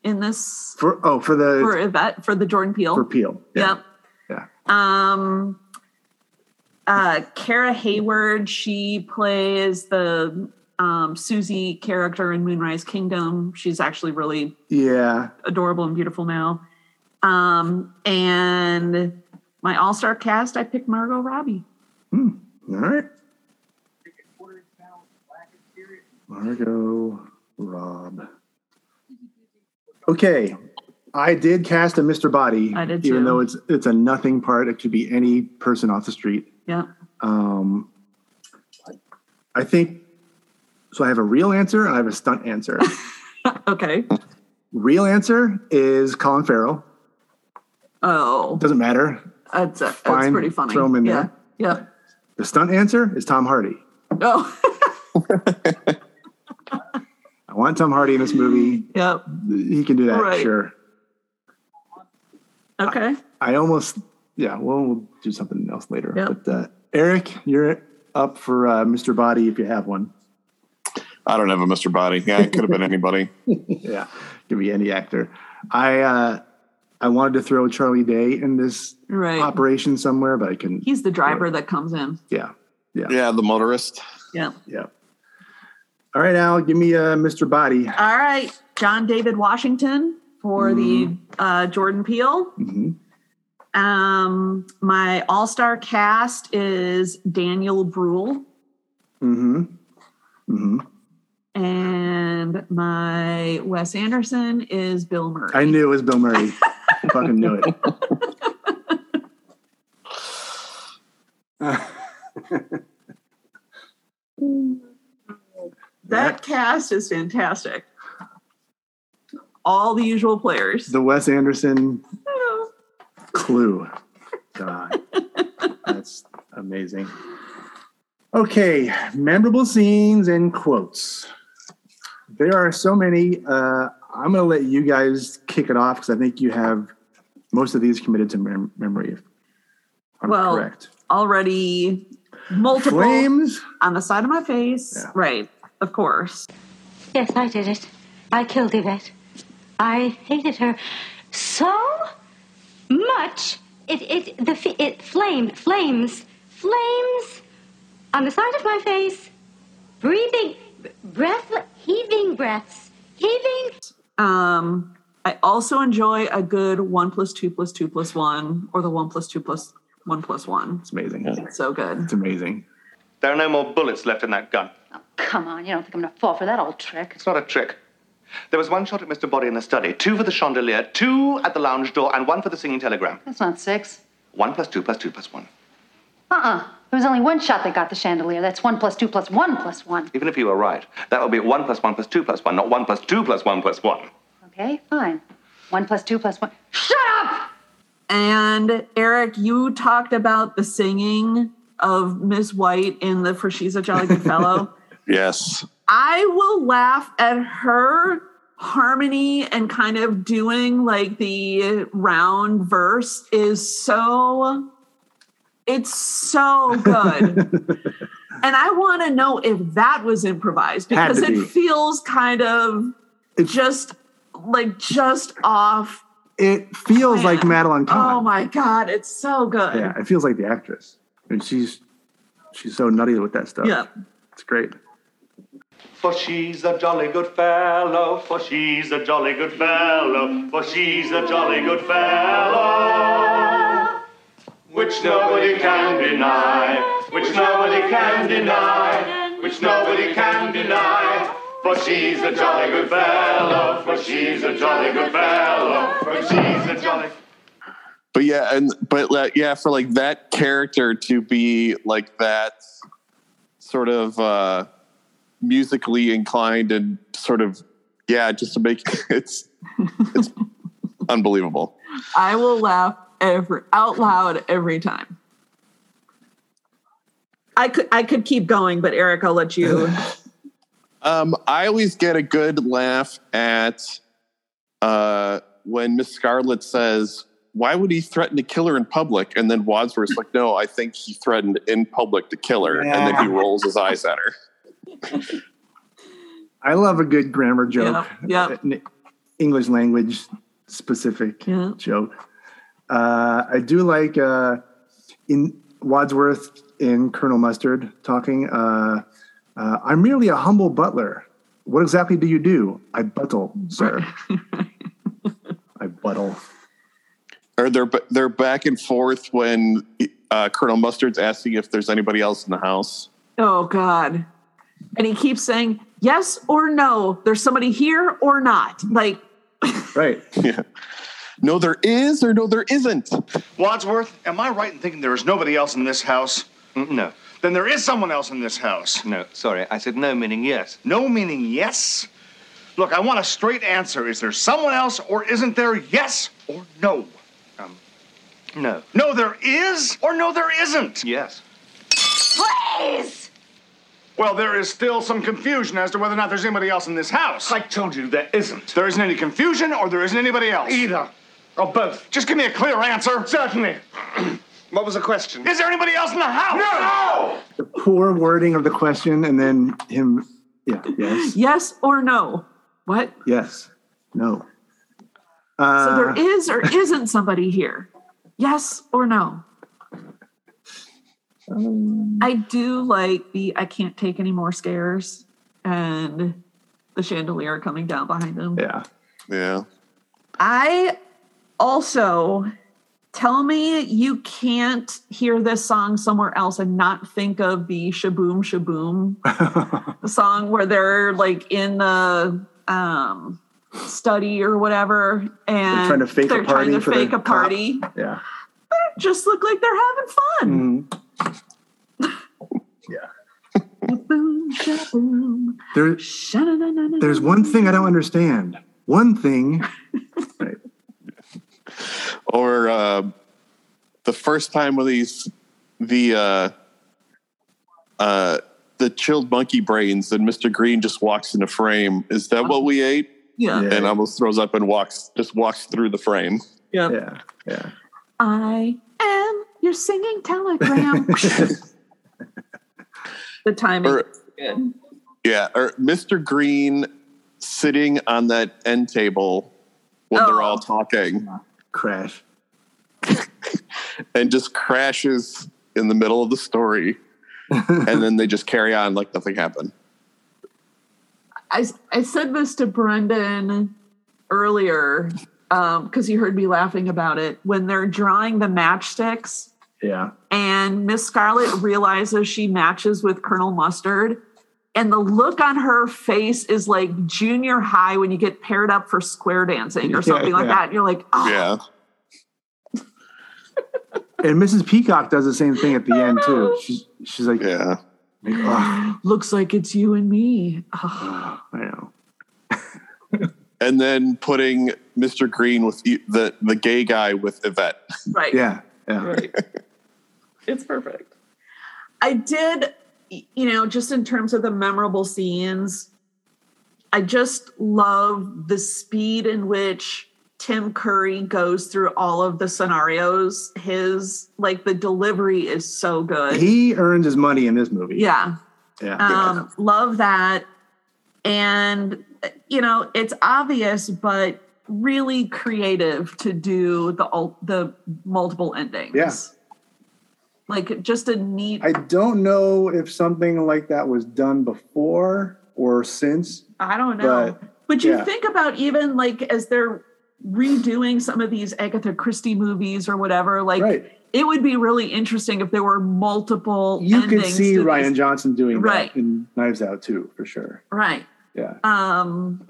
[SPEAKER 9] in this
[SPEAKER 3] For oh, for the
[SPEAKER 9] for
[SPEAKER 3] for,
[SPEAKER 9] Yvette for the Jordan Peele.
[SPEAKER 3] Peel.
[SPEAKER 9] Yep.
[SPEAKER 3] Yeah.
[SPEAKER 9] Um, uh, Kara Hayward, she plays the um, Susie character in Moonrise Kingdom. She's actually really
[SPEAKER 3] Yeah.
[SPEAKER 9] adorable and beautiful now. Um, and my all star cast, I picked Margot Robbie.
[SPEAKER 3] All right. Margot Rob. Okay. I did cast a Mr. Body.
[SPEAKER 9] I did
[SPEAKER 3] Even
[SPEAKER 9] too.
[SPEAKER 3] though it's it's a nothing part. It could be any person off the street.
[SPEAKER 9] Yeah.
[SPEAKER 3] Um, I think so. I have a real answer and I have a stunt answer.
[SPEAKER 9] Okay.
[SPEAKER 3] real answer is Colin Farrell.
[SPEAKER 9] Oh,
[SPEAKER 3] Doesn't matter.
[SPEAKER 9] that's, that's
[SPEAKER 3] Fine,
[SPEAKER 9] pretty funny.
[SPEAKER 3] throw 'em in
[SPEAKER 9] yeah.
[SPEAKER 3] there.
[SPEAKER 9] Yeah.
[SPEAKER 3] The stunt answer is Tom Hardy.
[SPEAKER 9] Oh,
[SPEAKER 3] I want Tom Hardy in this movie.
[SPEAKER 9] yep.
[SPEAKER 3] He can do that,
[SPEAKER 9] Right.
[SPEAKER 3] sure.
[SPEAKER 9] Okay.
[SPEAKER 3] I almost, yeah. Well, we'll do something else later.
[SPEAKER 9] Yeah.
[SPEAKER 3] But uh, Eric, you're up for uh, Mr. Body if you have one.
[SPEAKER 6] I don't have a Mr. Body. Yeah, it could have been anybody.
[SPEAKER 3] yeah, give me any actor. I uh, I wanted to throw Charlie Day in this
[SPEAKER 9] Right.
[SPEAKER 3] operation somewhere, but I couldn't.
[SPEAKER 9] He's the driver that comes in.
[SPEAKER 3] Yeah,
[SPEAKER 6] Yeah, the motorist.
[SPEAKER 9] Yeah.
[SPEAKER 3] yeah. All right, Al, give me uh, Mr. Body.
[SPEAKER 9] All right. John David Washington for
[SPEAKER 3] Mm-hmm.
[SPEAKER 9] the uh, Jordan Peele.
[SPEAKER 3] Mhm.
[SPEAKER 9] Um, my all star cast is Daniel Bruhl.
[SPEAKER 3] Mm-hmm. Mhm.
[SPEAKER 9] and my Wes Anderson is Bill Murray.
[SPEAKER 3] I knew it was Bill Murray. I fucking knew it.
[SPEAKER 9] that cast is fantastic. All the usual players.
[SPEAKER 3] The Wes Anderson clue. God, that's amazing. Okay, memorable scenes and quotes. There are so many. Uh, I'm going to let you guys kick it off because I think you have most of these committed to mem- memory. If I'm
[SPEAKER 9] well,
[SPEAKER 3] correct.
[SPEAKER 9] already multiple
[SPEAKER 3] Flames?
[SPEAKER 9] on the side of my face. Right, of course.
[SPEAKER 5] Yes, I did it. I killed Yvette. I hated her so much. It it the f- it flamed flames flames on the side of my face, breathing breath heaving breaths heaving.
[SPEAKER 9] Um, I also enjoy a good one plus two plus two plus one, or the one plus two plus one plus one. It's
[SPEAKER 3] amazing.
[SPEAKER 9] It's so good. It's
[SPEAKER 3] amazing.
[SPEAKER 11] There are no more bullets left in that gun.
[SPEAKER 5] Come on, you don't think I'm gonna fall for that old trick?
[SPEAKER 11] It's not a trick. There was one shot at Mr. Body in the study, two for the chandelier, two at the lounge door, and one for the singing telegram.
[SPEAKER 5] That's not six.
[SPEAKER 11] One plus two plus two plus one.
[SPEAKER 5] Uh-uh. There was only one shot that got the chandelier. That's one plus two plus one plus one.
[SPEAKER 11] Even if you were right, that would be one plus one plus two plus one, not one plus two plus one plus one.
[SPEAKER 5] Okay, fine. One plus two plus one. Shut up!
[SPEAKER 9] And Eric, you talked about the singing of Miss White in the For She's a Jolly Good Fellow.
[SPEAKER 6] Yes.
[SPEAKER 9] I will laugh at her harmony and kind of doing like the round verse is so it's so good. and I want to know if that was improvised
[SPEAKER 3] Had
[SPEAKER 9] because
[SPEAKER 3] to
[SPEAKER 9] it
[SPEAKER 3] be.
[SPEAKER 9] feels kind of just like just off.
[SPEAKER 3] It feels like Madeline Kahn.
[SPEAKER 9] Oh my god, it's so good.
[SPEAKER 3] Yeah, it feels like the actress. I mean, she's she's so nutty with that stuff.
[SPEAKER 9] Yeah.
[SPEAKER 3] it's great.
[SPEAKER 12] For she's a jolly good fellow, for she's a jolly good fellow, for she's a jolly good fellow. Which nobody can deny, which nobody can deny, which nobody can deny. For she's a jolly good fellow, for she's a jolly good fellow, for she's a jolly.
[SPEAKER 6] But yeah, and but like, yeah, for like that character to be like that sort of uh musically inclined and sort of yeah, just to make it's it's unbelievable.
[SPEAKER 9] I will laugh every out loud every time. I could I could keep going, but Eric, I'll let you.
[SPEAKER 6] Um, I always get a good laugh at uh, when Miss Scarlet says, "Why would he threaten to kill her in public?" And then Wadsworth's like, "No, I think he threatened in public to kill her," and then he rolls his eyes at her.
[SPEAKER 3] I love a good grammar joke.
[SPEAKER 9] Yeah,
[SPEAKER 3] An English language specific
[SPEAKER 9] Yeah.
[SPEAKER 3] joke. Uh, I do like uh, in Wadsworth in Colonel Mustard talking. Uh, uh, I'm merely a humble butler. What exactly do you do? I buttle, sir. I buttle.
[SPEAKER 6] Or they're they're back and forth when uh, Colonel Mustard's asking if there's anybody else in the house.
[SPEAKER 9] Oh God. And he keeps saying yes or no. There's somebody here or not. Like
[SPEAKER 3] Right.
[SPEAKER 6] Yeah. No, there is, or no, there isn't.
[SPEAKER 12] Wadsworth, am I right in thinking there is nobody else in this house? No. Then there is someone else in this house.
[SPEAKER 11] Mm, No, sorry, I said no meaning yes.
[SPEAKER 12] No meaning yes? Look, I want a straight answer. Is there someone else or isn't there yes or no?
[SPEAKER 11] Um, no.
[SPEAKER 12] No, there is or no, there isn't?
[SPEAKER 11] Yes.
[SPEAKER 12] Please! Well, there is still some confusion as to whether or not there's anybody else in this house. I told you there isn't. There isn't any confusion or there isn't anybody else? Either. Or both. Just give me a clear answer. Certainly. what was the question? Is there anybody else in the house? No!
[SPEAKER 3] The poor wording of the question, and then him. Yeah. Yes.
[SPEAKER 9] yes or no. What?
[SPEAKER 3] Yes. No.
[SPEAKER 9] so
[SPEAKER 3] Uh,
[SPEAKER 9] there is or isn't somebody here. Yes or no. I do like the I can't take any more scares and the chandelier coming down behind them.
[SPEAKER 3] Yeah.
[SPEAKER 6] Yeah.
[SPEAKER 9] I also Tell me you can't hear this song somewhere else and not think of the Shaboom Shaboom song where they're like in the um, study or whatever and
[SPEAKER 3] They're trying to fake a
[SPEAKER 9] they're trying
[SPEAKER 3] party
[SPEAKER 9] to
[SPEAKER 3] for their
[SPEAKER 9] fake a
[SPEAKER 3] cop.
[SPEAKER 9] party.
[SPEAKER 3] Yeah.
[SPEAKER 9] They just look like they're having fun.
[SPEAKER 3] Mm,
[SPEAKER 9] Shaboom Shaboom.
[SPEAKER 3] There, there's one thing I don't understand. One thing.
[SPEAKER 6] or uh, the first time with these the uh, uh, the chilled monkey brains and Mr. Green just walks in a frame. Is that what we ate?
[SPEAKER 9] Yeah.
[SPEAKER 6] and almost throws up and walks just walks through the frame.
[SPEAKER 9] Yeah,
[SPEAKER 3] yeah, yeah.
[SPEAKER 9] I am your singing telegram. the timing
[SPEAKER 6] Or-
[SPEAKER 9] is good.
[SPEAKER 6] Yeah, or Mr. Green sitting on that end table when they're all talking.
[SPEAKER 3] Crash.
[SPEAKER 6] and just crashes in the middle of the story. and then they just carry on like nothing happened.
[SPEAKER 9] I, I said this to Brendan earlier because he heard me laughing about it when they're drawing the matchsticks
[SPEAKER 3] Yeah.
[SPEAKER 9] and Miss Scarlet realizes she matches with Colonel Mustard. And the look on her face is like junior high when you get paired up for square dancing or
[SPEAKER 3] Yeah,
[SPEAKER 9] something like
[SPEAKER 3] yeah.
[SPEAKER 9] that. And you're like, oh,
[SPEAKER 6] Yeah.
[SPEAKER 3] And Mrs. Peacock does the same thing at the end too. She's she's like,
[SPEAKER 6] yeah.
[SPEAKER 9] looks like it's you and me.
[SPEAKER 3] I know.
[SPEAKER 6] And then putting Mr. Green with E- the the gay guy with Yvette.
[SPEAKER 9] Right.
[SPEAKER 3] Yeah. Yeah.
[SPEAKER 9] It's perfect. I did, y- you know, just in terms of the memorable scenes, I just love the speed in which Tim Curry goes through all of the scenarios. His, like, the delivery is so good.
[SPEAKER 3] He earns his money in this movie.
[SPEAKER 9] yeah.
[SPEAKER 3] Yeah.
[SPEAKER 9] Um, love that. And, you know, it's obvious, but really creative to do the ul- the multiple endings.
[SPEAKER 3] Yeah.
[SPEAKER 9] Like just a neat
[SPEAKER 3] I don't know if something like that was done before or since.
[SPEAKER 9] I don't know. But,
[SPEAKER 3] But,
[SPEAKER 9] you
[SPEAKER 3] yeah.
[SPEAKER 9] think about even like as they're redoing some of these Agatha Christie movies or whatever, like it would be really interesting if there were multiple
[SPEAKER 3] You
[SPEAKER 9] endings
[SPEAKER 3] could see
[SPEAKER 9] to
[SPEAKER 3] Ryan
[SPEAKER 9] this.
[SPEAKER 3] Johnson doing
[SPEAKER 9] Right.
[SPEAKER 3] that in Knives Out too, for sure.
[SPEAKER 9] Right.
[SPEAKER 3] Yeah.
[SPEAKER 9] Um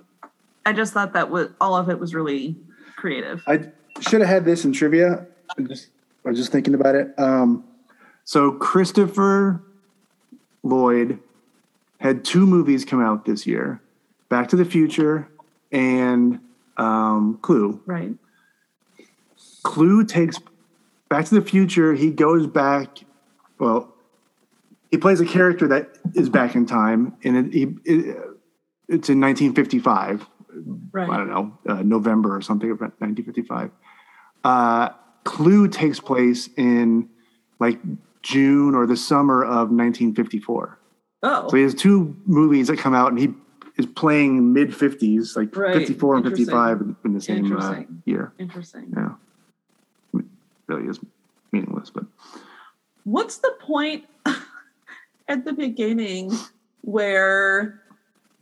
[SPEAKER 9] I just thought that was all of it was really creative.
[SPEAKER 3] I should have had this in trivia. I just, I was just thinking about it. Um, so Christopher Lloyd had two movies come out this year: Back to the Future and um, Clue.
[SPEAKER 9] Right.
[SPEAKER 3] Clue takes Back to the Future. He goes back. Well, he plays a character that is back in time, and it, he, it, it's in 1955. I don't know, uh, November or something of 1955. Uh, Clue takes place in like June or the summer of 1954.
[SPEAKER 9] Oh.
[SPEAKER 3] So he has two movies that come out, and he is playing mid 50s, like
[SPEAKER 9] Right.
[SPEAKER 3] 54 and
[SPEAKER 9] Interesting.
[SPEAKER 3] 55 in- in the same uh,
[SPEAKER 9] Interesting.
[SPEAKER 3] year.
[SPEAKER 9] Interesting.
[SPEAKER 3] Yeah. It really is meaningless, but
[SPEAKER 9] What's the point at the beginning where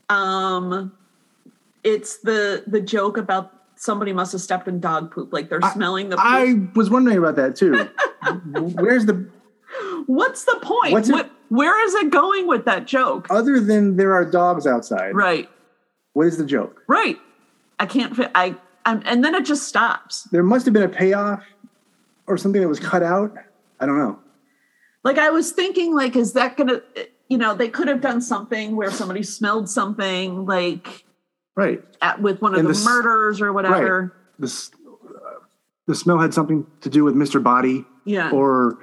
[SPEAKER 9] um it's the the joke about somebody must have stepped in dog poop like they're smelling the poop.
[SPEAKER 3] I was wondering about that too. Where's the
[SPEAKER 9] What's the point?
[SPEAKER 3] What's Oh. it-
[SPEAKER 9] What- where is it going with that joke?
[SPEAKER 3] other than there are dogs outside?
[SPEAKER 9] Right.
[SPEAKER 3] What is the joke?
[SPEAKER 9] Right. I can't fi- I I'm, and then it just stops.
[SPEAKER 3] There must have been a payoff or something that was cut out. I don't know.
[SPEAKER 9] Like I was thinking like is that going to you know, they could have done something where somebody smelled something like
[SPEAKER 3] Right.
[SPEAKER 9] at, with one of
[SPEAKER 3] And
[SPEAKER 9] the,
[SPEAKER 3] the s-
[SPEAKER 9] murders or whatever.
[SPEAKER 3] Right. This uh, the smell had something to do with Mr. Body.
[SPEAKER 9] Yeah.
[SPEAKER 3] Or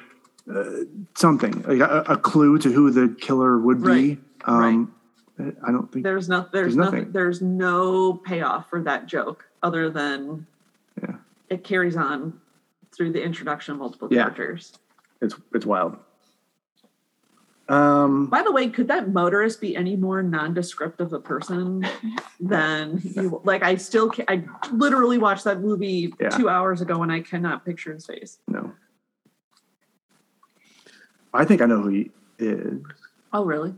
[SPEAKER 3] uh, something, like a, a clue to who the killer would be. Um, I don't think
[SPEAKER 9] there's no
[SPEAKER 3] There's
[SPEAKER 9] there's, nothing.
[SPEAKER 3] nothing.
[SPEAKER 9] there's no payoff for that joke other than it carries on through the introduction of multiple
[SPEAKER 3] Yeah.
[SPEAKER 9] characters
[SPEAKER 3] it's it's wild. Um,
[SPEAKER 9] by the way could that motorist be any more nondescript of a person than you like i still can i literally watched that movie
[SPEAKER 6] Yeah.
[SPEAKER 9] two hours ago and i cannot picture his face
[SPEAKER 3] no. I think I know who he is.
[SPEAKER 9] oh really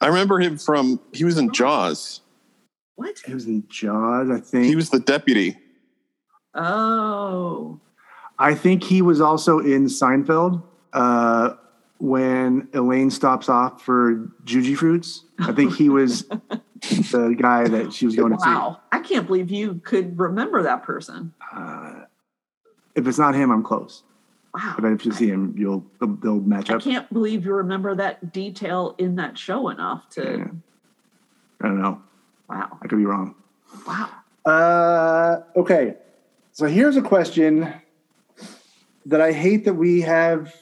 [SPEAKER 6] I remember him from he was in Jaws.
[SPEAKER 9] What?
[SPEAKER 3] He was in Jaws, I think.
[SPEAKER 6] He was the deputy.
[SPEAKER 9] oh
[SPEAKER 3] I think he was also in Seinfeld uh, when Elaine stops off for Juji Fruits. I think he was the guy that she was going
[SPEAKER 9] Wow. I can't believe you could remember that person.
[SPEAKER 3] to see. Uh, If it's not him, I'm close. Wow. But if you see him, you'll they'll match
[SPEAKER 9] I
[SPEAKER 3] up.
[SPEAKER 9] can't believe you remember that detail in that show enough to.
[SPEAKER 3] I don't know.
[SPEAKER 9] Wow.
[SPEAKER 3] I could be wrong. Wow. Uh, okay. So here's a question that I hate that we have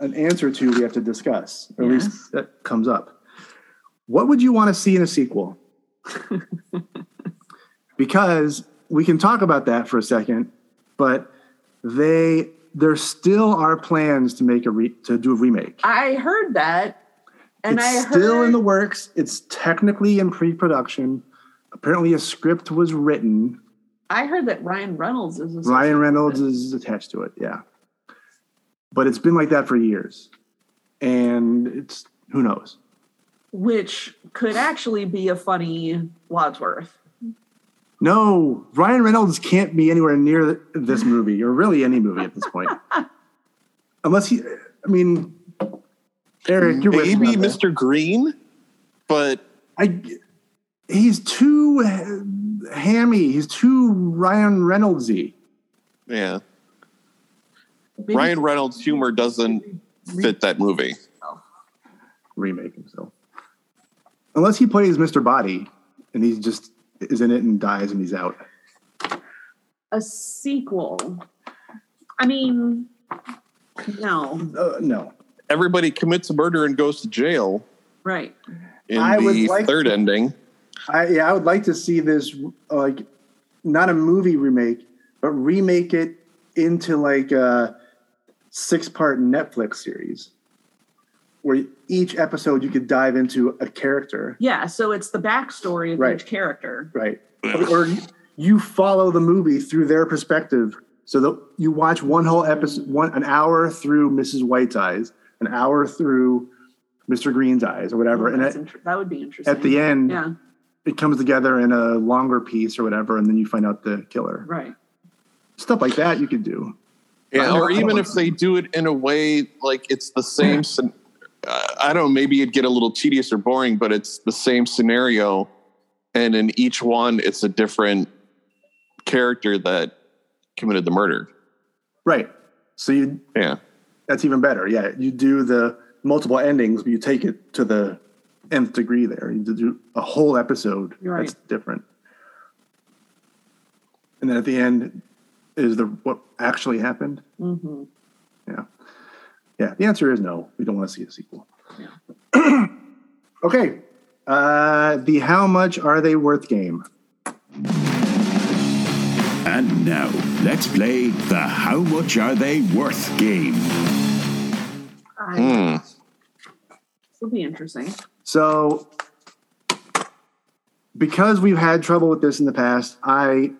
[SPEAKER 3] an answer to, we have to discuss, or at least that comes up. What would you want to see in a sequel? because we can talk about that for a second, but they there still are plans to make a re, to do a remake.
[SPEAKER 9] I heard that. And
[SPEAKER 3] it's
[SPEAKER 9] I heard.
[SPEAKER 3] still in the works. It's technically in pre-production. Apparently, a script was written.
[SPEAKER 9] I heard that Ryan Reynolds is. a-
[SPEAKER 3] Ryan Reynolds is attached to it. Yeah, but it's been like that for years, and it's who knows.
[SPEAKER 9] Which could actually be a funny Wadsworth.
[SPEAKER 3] No, Ryan Reynolds can't be anywhere near this movie, or really any movie at this point, unless he. I mean, Eric, you're with
[SPEAKER 6] Maybe
[SPEAKER 3] me on that.
[SPEAKER 6] Mr. Green, but
[SPEAKER 3] I he's too ha- hammy. He's too Ryan Reynoldsy.
[SPEAKER 6] yeah, Ryan Reynolds' humor doesn't fit that movie.
[SPEAKER 3] Remake himself. Unless he plays Mr. Body and he just is in it and dies and he's out.
[SPEAKER 9] A sequel. I mean, no.
[SPEAKER 3] Uh, no.
[SPEAKER 6] Everybody commits a murder and goes to jail
[SPEAKER 9] Right.
[SPEAKER 6] in
[SPEAKER 3] I would
[SPEAKER 6] the
[SPEAKER 3] like
[SPEAKER 6] third ending.
[SPEAKER 3] I yeah, I would like to see this like not a movie remake, but remake it into like a six part Netflix series where each episode you could dive into a character.
[SPEAKER 9] Yeah. So it's the backstory of
[SPEAKER 3] Right.
[SPEAKER 9] each character.
[SPEAKER 3] Right. Or, or you follow the movie through their perspective. So that you watch one whole episode, one an hour through Mrs. White's eyes, an hour through Mr. Green's eyes, or whatever. and
[SPEAKER 9] That's
[SPEAKER 3] it,
[SPEAKER 9] inter- that would be interesting.
[SPEAKER 3] the end-
[SPEAKER 9] Yeah.
[SPEAKER 3] it comes together in a longer piece or whatever, and then you find out the killer.
[SPEAKER 9] Right.
[SPEAKER 3] Stuff like that you could do.
[SPEAKER 6] Yeah,
[SPEAKER 3] I-
[SPEAKER 6] or
[SPEAKER 3] I
[SPEAKER 6] even
[SPEAKER 3] don't-
[SPEAKER 6] if they do it in a way like it's the same. scen- uh, I don't know. Maybe it'd get a little tedious or boring, but it's the same scenario, and in each one, it's a different character that committed the murder.
[SPEAKER 3] Right. So you
[SPEAKER 6] Yeah,
[SPEAKER 3] that's even better. Yeah. You do the multiple endings, but you take it to the nth degree there. You do a whole episode
[SPEAKER 9] Right.
[SPEAKER 3] that's different. And then at the end is the what actually happened.
[SPEAKER 9] hmm
[SPEAKER 3] Yeah. Yeah. The answer is no. We don't want to see a sequel.
[SPEAKER 9] Yeah.
[SPEAKER 3] okay. Uh, the how much are they worth game?
[SPEAKER 2] And now, let's play the How Much Are They Worth game.
[SPEAKER 9] I, This will be interesting.
[SPEAKER 3] So, because we've had trouble with this in the past, I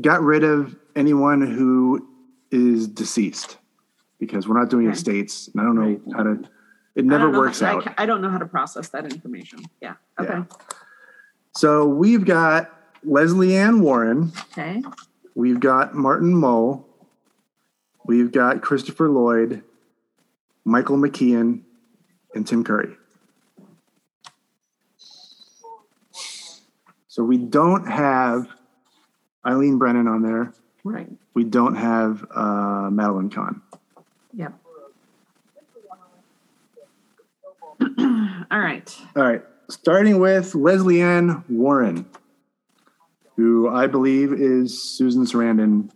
[SPEAKER 3] got rid of anyone who is deceased because we're not doing estates, and I don't know how to. It
[SPEAKER 9] I
[SPEAKER 3] never
[SPEAKER 9] don't know
[SPEAKER 3] works
[SPEAKER 9] how- I
[SPEAKER 3] out.
[SPEAKER 9] ca- I, don't know how to process that information. Yeah. Okay.
[SPEAKER 3] So we've got Leslie Ann Warren,
[SPEAKER 9] Okay.
[SPEAKER 3] we've got Martin Mull, we've got Christopher Lloyd, Michael McKeon, and Tim Curry. So we don't have Eileen Brennan on there.
[SPEAKER 9] Right.
[SPEAKER 3] We don't have uh, Madeline Kahn.
[SPEAKER 9] Yeah. All right.
[SPEAKER 3] All right. Starting with Leslie Ann Warren, who I believe is Susan Sarandon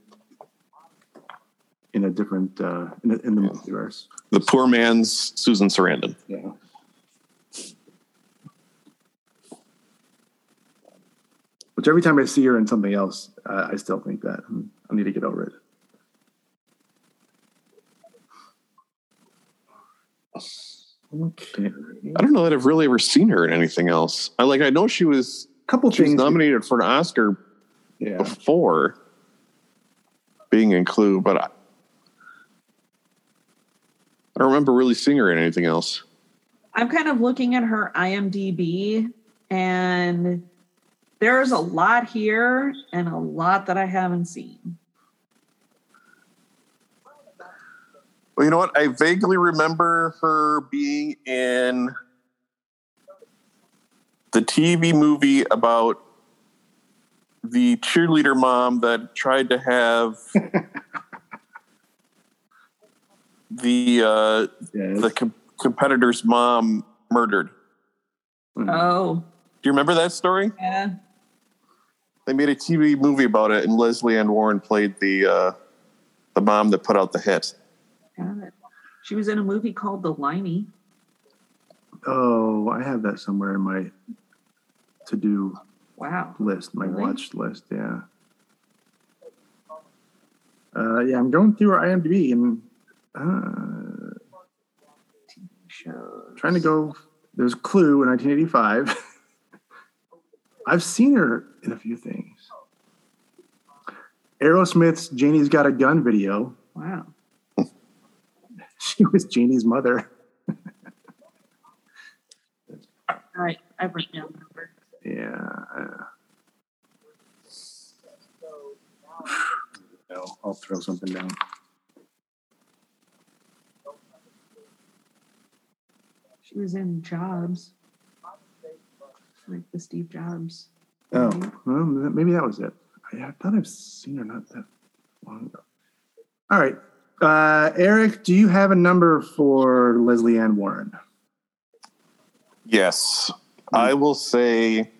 [SPEAKER 3] in a different uh, in, the, in the multiverse.
[SPEAKER 6] the poor man's Susan Sarandon.
[SPEAKER 3] Yeah. Which every time I see her in something else, uh, I still think that um, I need to get over it. Okay.
[SPEAKER 6] I don't know that I've really ever seen her in anything else. I like. I know she was
[SPEAKER 3] couple
[SPEAKER 6] she was nominated for an Oscar before being in Clue, but I, I don't remember really seeing her in anything else.
[SPEAKER 9] I'm kind of looking at her IMDb, and there's a lot here and a lot that I haven't seen.
[SPEAKER 6] Well, you know what? I vaguely remember her being in the TV movie about the cheerleader mom that tried to have the uh, the com- competitor's mom murdered.
[SPEAKER 9] Oh.
[SPEAKER 6] Do you remember that story?
[SPEAKER 9] Yeah.
[SPEAKER 6] They made a TV movie about it, and Leslie Ann Warren played the uh, the mom that put out the hit.
[SPEAKER 9] Got it. She was in a movie called The Liney.
[SPEAKER 3] Oh, I have that somewhere in my to do
[SPEAKER 9] Wow.
[SPEAKER 3] list, my
[SPEAKER 9] Really?
[SPEAKER 3] watch list. Yeah. Uh, yeah, I'm going through our IMDb and uh, trying to go. There's Clue in 1985. I've seen her in a few things. Aerosmith's Janie's Got a Gun video.
[SPEAKER 9] Wow.
[SPEAKER 3] She was Janie's mother.
[SPEAKER 9] All right. I've written down the number.
[SPEAKER 3] Yeah. No, I'll throw something down.
[SPEAKER 9] She was in Jobs. Like the Steve Jobs.
[SPEAKER 3] Oh, well, th- maybe that was it. I, I thought I've seen her not that long ago. All right. Uh, Eric, do you have a number for Leslie Ann Warren?
[SPEAKER 6] Yes, I will say,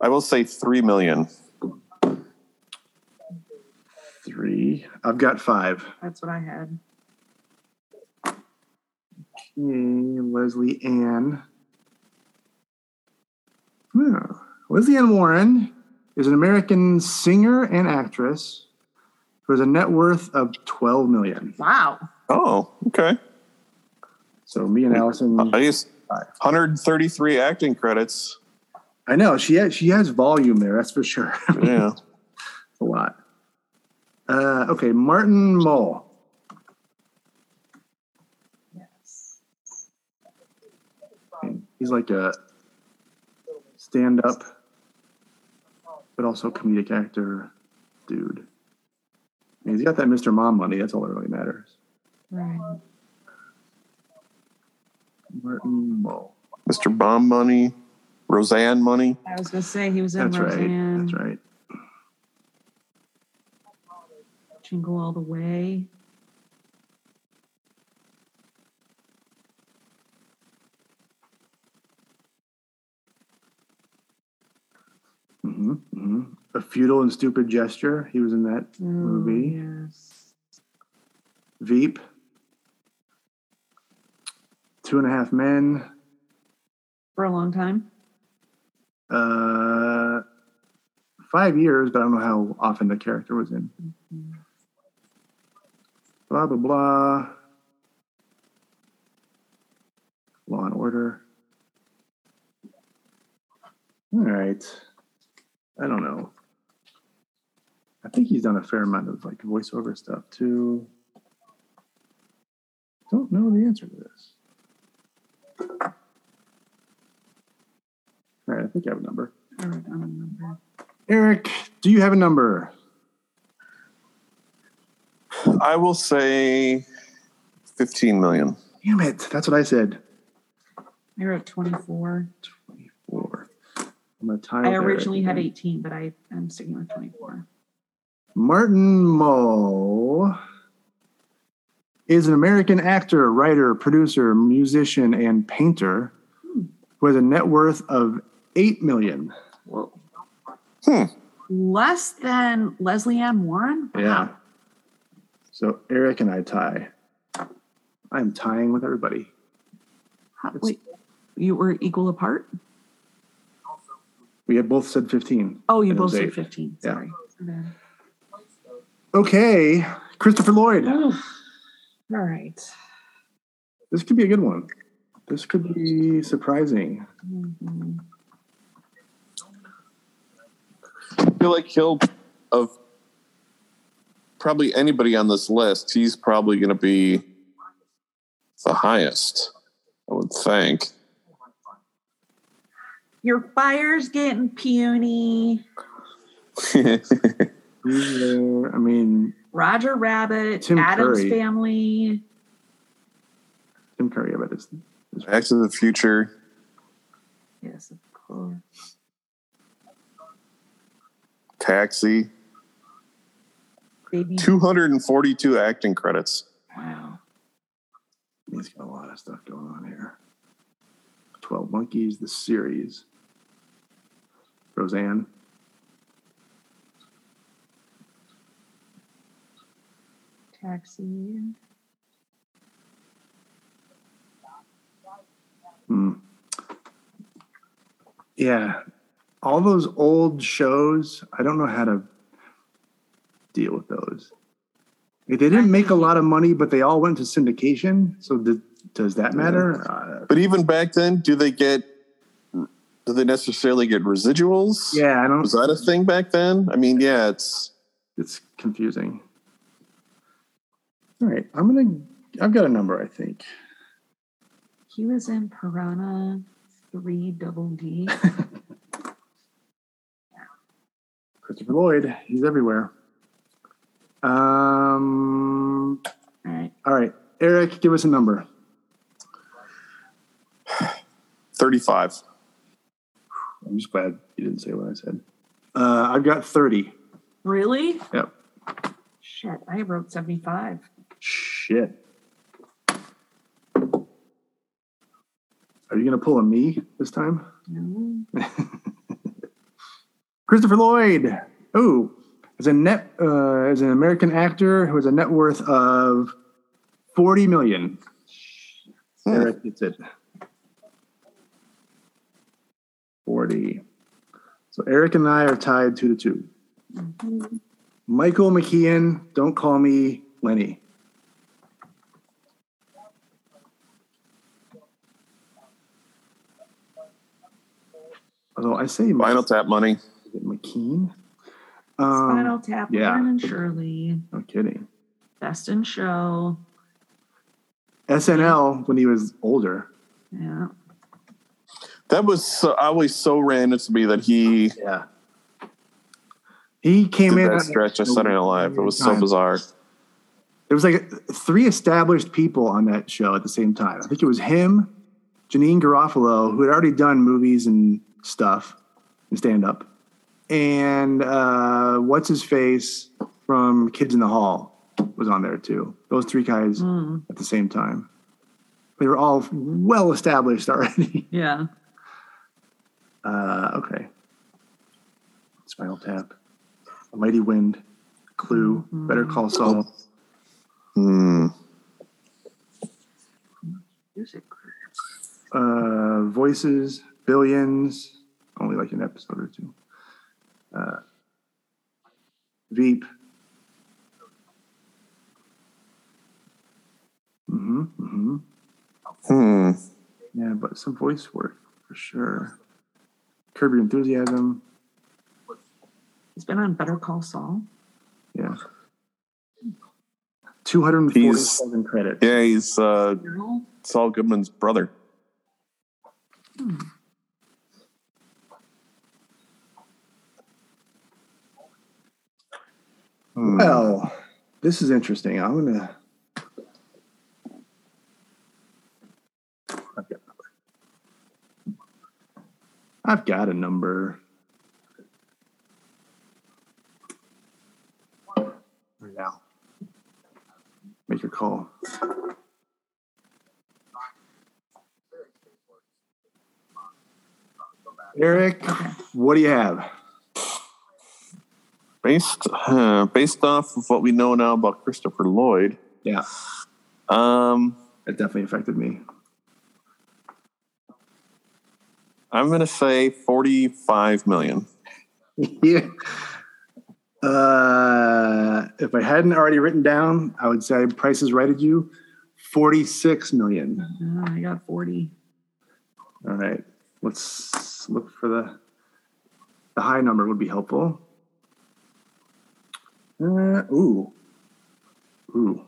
[SPEAKER 6] I will say three million.
[SPEAKER 3] Three. I've got five.
[SPEAKER 9] That's what I had.
[SPEAKER 3] Okay, Leslie Ann. Hmm. Leslie Ann Warren is an American singer and actress who has a net worth of twelve million.
[SPEAKER 9] Wow.
[SPEAKER 6] Oh, okay.
[SPEAKER 3] So me and Allison,
[SPEAKER 6] I guess 133 Mm. acting credits.
[SPEAKER 3] I know she has, she has volume there. That's for sure.
[SPEAKER 6] Yeah,
[SPEAKER 3] a lot. Uh, okay, Martin Mull. Yes. He's like a stand-up, but also comedic actor, dude. And he's got that Mr. Mom money. That's all that really matters.
[SPEAKER 9] Right.
[SPEAKER 3] Martin Mull.
[SPEAKER 6] Mr. Bomb Money, Roseanne Money.
[SPEAKER 9] I was going to say he was in
[SPEAKER 6] That's right,
[SPEAKER 9] Roseanne. That's
[SPEAKER 3] right.
[SPEAKER 9] Jingle All the Way.
[SPEAKER 3] hmm hmm A futile and stupid gesture. He was in that movie. Veep. Two and a Half Men.
[SPEAKER 9] For a long time.
[SPEAKER 3] Uh, five years, but I don't know how often the character was in. Blah blah blah. Law and Order. All right. I don't know. I think he's done a fair amount of like voiceover stuff too. Don't know the answer to this. All right, I think I have a number.
[SPEAKER 9] I wrote um, down a number.
[SPEAKER 3] Eric, do you have a number?
[SPEAKER 6] I will say 15 million.
[SPEAKER 3] Damn it. That's what I said.
[SPEAKER 9] I wrote 24.
[SPEAKER 3] I'm gonna tie
[SPEAKER 9] I
[SPEAKER 3] Eric
[SPEAKER 9] originally had
[SPEAKER 3] again.
[SPEAKER 9] 18, but I am sticking with 24.
[SPEAKER 3] Martin Mull is an American actor, writer, producer, musician, and painter who has a net worth of eight million.
[SPEAKER 9] Whoa.
[SPEAKER 3] Hmm.
[SPEAKER 9] Less than Leslie Ann Warren?
[SPEAKER 3] Yeah. So Eric and I tie. I'm tying with everybody.
[SPEAKER 9] How, wait, you were equal apart?
[SPEAKER 3] We had both said 15.
[SPEAKER 9] Oh, you
[SPEAKER 3] And it
[SPEAKER 9] both
[SPEAKER 3] was
[SPEAKER 9] said
[SPEAKER 3] eight.
[SPEAKER 9] 15.
[SPEAKER 3] Yeah.
[SPEAKER 9] Sorry. Okay.
[SPEAKER 3] Okay, Christopher Lloyd.
[SPEAKER 9] All right.
[SPEAKER 3] This could be a good one. This could be surprising.
[SPEAKER 6] I feel like he'll, of probably anybody on this list, he's probably going to be the highest, I would think.
[SPEAKER 9] Your fire's getting puny.
[SPEAKER 3] These are- I mean,
[SPEAKER 9] Roger Rabbit,
[SPEAKER 3] Tim
[SPEAKER 9] Adam's
[SPEAKER 3] Curry.
[SPEAKER 9] Family,
[SPEAKER 3] Tim Curry, I bet it's
[SPEAKER 6] Back to the Future.
[SPEAKER 9] Yes, of course.
[SPEAKER 6] Taxi.
[SPEAKER 9] Baby.
[SPEAKER 6] 242 acting credits.
[SPEAKER 9] Wow.
[SPEAKER 3] He's got a lot of stuff going on here. Twelve Monkeys, the series. Roseanne.
[SPEAKER 9] Taxi.
[SPEAKER 3] Hmm. Yeah. All those old shows, I don't know how to deal with those. Like, They didn't make a lot of money, but they all went to syndication. So th- does that matter?
[SPEAKER 6] But even back then, do they get? Do they necessarily get residuals?
[SPEAKER 3] Yeah, I don't.
[SPEAKER 6] Was that a thing back then? I mean, yeah, it's
[SPEAKER 3] it's confusing. All right, I'm gonna. I've got a number. I think.
[SPEAKER 9] He was in Piranha 3 Double D.
[SPEAKER 3] Christopher Lloyd. He's everywhere. Um.
[SPEAKER 9] All right.
[SPEAKER 3] All right, Eric, give us a number.
[SPEAKER 6] 35.
[SPEAKER 3] I'm just glad you didn't say what I said. Uh, I've got 30.
[SPEAKER 9] really?
[SPEAKER 3] Yep.
[SPEAKER 9] Shit, I wrote 75.
[SPEAKER 3] Shit. Are you going to pull a me this time?
[SPEAKER 9] No.
[SPEAKER 3] Christopher Lloyd. Oh, is a net uh, is an American actor who has a net worth of 40 million. Eric, it's it. 40. So Eric and I are tied two to two. Michael McKeon, don't call me Lenny. Although I say
[SPEAKER 6] Final Tap money.
[SPEAKER 3] Is it McKean?
[SPEAKER 9] Spinal Tap,
[SPEAKER 3] Um, yeah.
[SPEAKER 9] Laverne and Shirley,
[SPEAKER 3] No kidding.
[SPEAKER 9] Best in Show.
[SPEAKER 3] SNL when he was older.
[SPEAKER 9] Yeah.
[SPEAKER 6] That was so, always so random to me that he
[SPEAKER 3] yeah he came
[SPEAKER 6] did
[SPEAKER 3] in
[SPEAKER 6] that
[SPEAKER 3] at-
[SPEAKER 6] stretch of Saturday Night Live. It was so
[SPEAKER 3] time.
[SPEAKER 6] bizarre.
[SPEAKER 3] There was like three established people on that show at the same time. I think it was him, Janine Garofalo, who had already done movies and stuff and stand up, and uh, what's his face from Kids in the Hall was on there too. Those three guys at the same time. They were all well established already.
[SPEAKER 9] Yeah.
[SPEAKER 3] Uh, okay. Spinal Tap, A Mighty Wind, Clue, Better Call Saul.
[SPEAKER 6] Hmm.
[SPEAKER 9] Music.
[SPEAKER 3] uh, Voices, Billions, only like an episode or two. Uh, Veep. Mm-hmm, mm-hmm.
[SPEAKER 6] Hmm.
[SPEAKER 3] Yeah, but some voice work for sure. Curb Your Enthusiasm.
[SPEAKER 9] He's been on Better Call Saul.
[SPEAKER 3] Yeah. 247 credits.
[SPEAKER 6] Yeah, he's uh, Saul Goodman's brother.
[SPEAKER 3] Well, this is interesting. I'm gonna. I've got a number. I've got a number. Right now. Make your call. Eric, what do you have?
[SPEAKER 6] Based uh, based off of what we know now about Christopher Lloyd.
[SPEAKER 3] Yeah.
[SPEAKER 6] Um,
[SPEAKER 3] it definitely affected me.
[SPEAKER 6] I'm gonna say 45 million.
[SPEAKER 3] yeah. Uh, if I hadn't already written down, I would say Price is Right at you, forty-six million.
[SPEAKER 9] Oh, I got 40.
[SPEAKER 3] All right, let's look for the the high number would be helpful. Uh, ooh, ooh.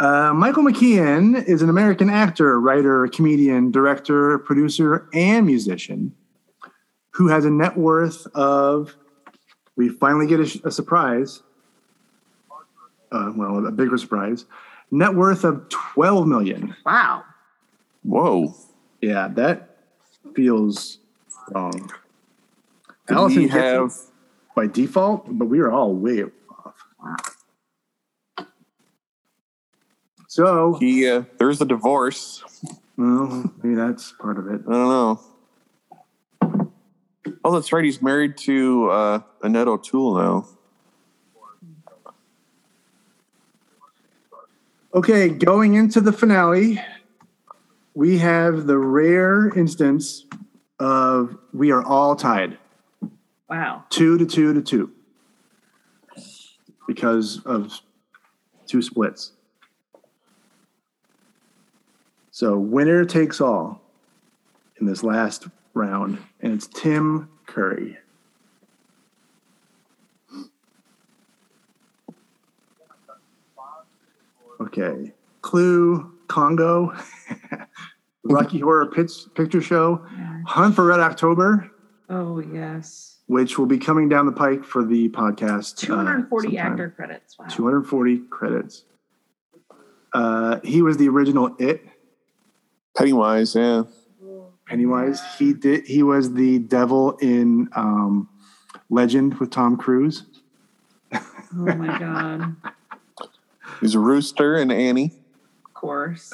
[SPEAKER 3] Uh, Michael McKean is an American actor, writer, comedian, director, producer, and musician who has a net worth of. We finally get a, sh- a surprise. Uh, well, a bigger surprise. Net worth of 12 million.
[SPEAKER 9] Wow.
[SPEAKER 6] Whoa.
[SPEAKER 3] Yeah, that feels wrong.
[SPEAKER 6] Did
[SPEAKER 3] Allison
[SPEAKER 6] he
[SPEAKER 3] gets it
[SPEAKER 6] have-
[SPEAKER 3] by default, but we were all way off. So
[SPEAKER 6] he uh, there's a divorce.
[SPEAKER 3] Well, maybe that's part of it.
[SPEAKER 6] I don't know. Oh, that's right. He's married to uh, Annette O'Toole now.
[SPEAKER 3] Okay, going into the finale, we have the rare instance of we are all tied
[SPEAKER 9] Wow.
[SPEAKER 3] two to two to two because of two splits. So, winner takes all in this last round, and it's Tim Curry. Okay. Clue, Congo, Rocky Horror Pits, Picture Show, Hunt for Red October,
[SPEAKER 9] Oh yes.
[SPEAKER 3] which will be coming down the pike for the podcast. uh,
[SPEAKER 9] 240
[SPEAKER 3] sometime.
[SPEAKER 9] actor credits. Wow.
[SPEAKER 3] 240 credits. Uh, he was the original It.
[SPEAKER 6] Pennywise, yeah.
[SPEAKER 3] Pennywise. He did. He was the devil in um, Legend with Tom Cruise.
[SPEAKER 9] Oh my god.
[SPEAKER 6] He's a rooster and Annie.
[SPEAKER 9] Of course.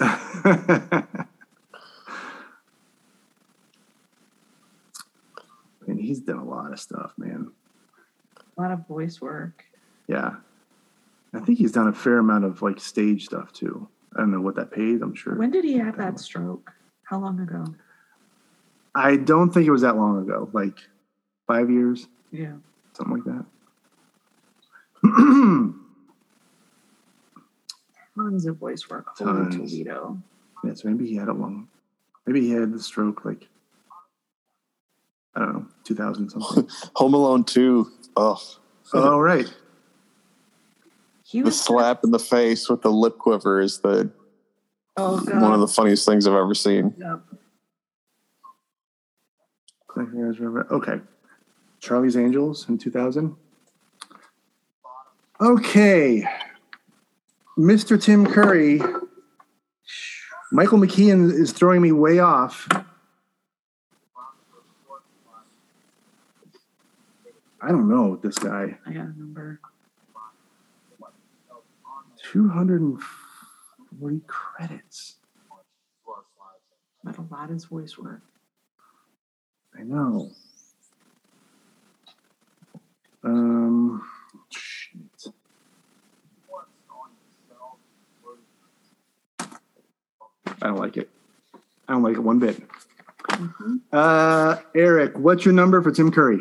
[SPEAKER 3] And he's done a lot of stuff, man.
[SPEAKER 9] A lot of voice work.
[SPEAKER 3] Yeah. I think he's done a fair amount of like stage stuff too. I don't know what that pays, I'm sure.
[SPEAKER 9] When did he have that stroke? How long ago?
[SPEAKER 3] I don't think it was that long ago, like five years,
[SPEAKER 9] Yeah.
[SPEAKER 3] something like that.
[SPEAKER 9] Tons of voice work. Holy
[SPEAKER 3] Tons.
[SPEAKER 9] Toledo.
[SPEAKER 3] yeah, so maybe he had it long. Maybe he had the stroke like I don't know, two thousand something.
[SPEAKER 6] Home Alone 2. Ugh.
[SPEAKER 3] oh right.
[SPEAKER 6] The slap in the face with the lip quiver is the
[SPEAKER 9] Oh god.
[SPEAKER 6] one of the funniest things I've ever seen.
[SPEAKER 9] Yep.
[SPEAKER 3] Click Heroes River. Okay. Charlie's Angels in 2000. Okay. Mr. Tim Curry. Michael McKean is throwing me way off. I don't know this guy.
[SPEAKER 9] I got a number.
[SPEAKER 3] 240 credits.
[SPEAKER 9] But a lot is voice work.
[SPEAKER 3] I know. Um, shit. I don't like it. I don't like it one bit.
[SPEAKER 9] Mm-hmm.
[SPEAKER 3] Uh, Eric, what's your number for Tim Curry?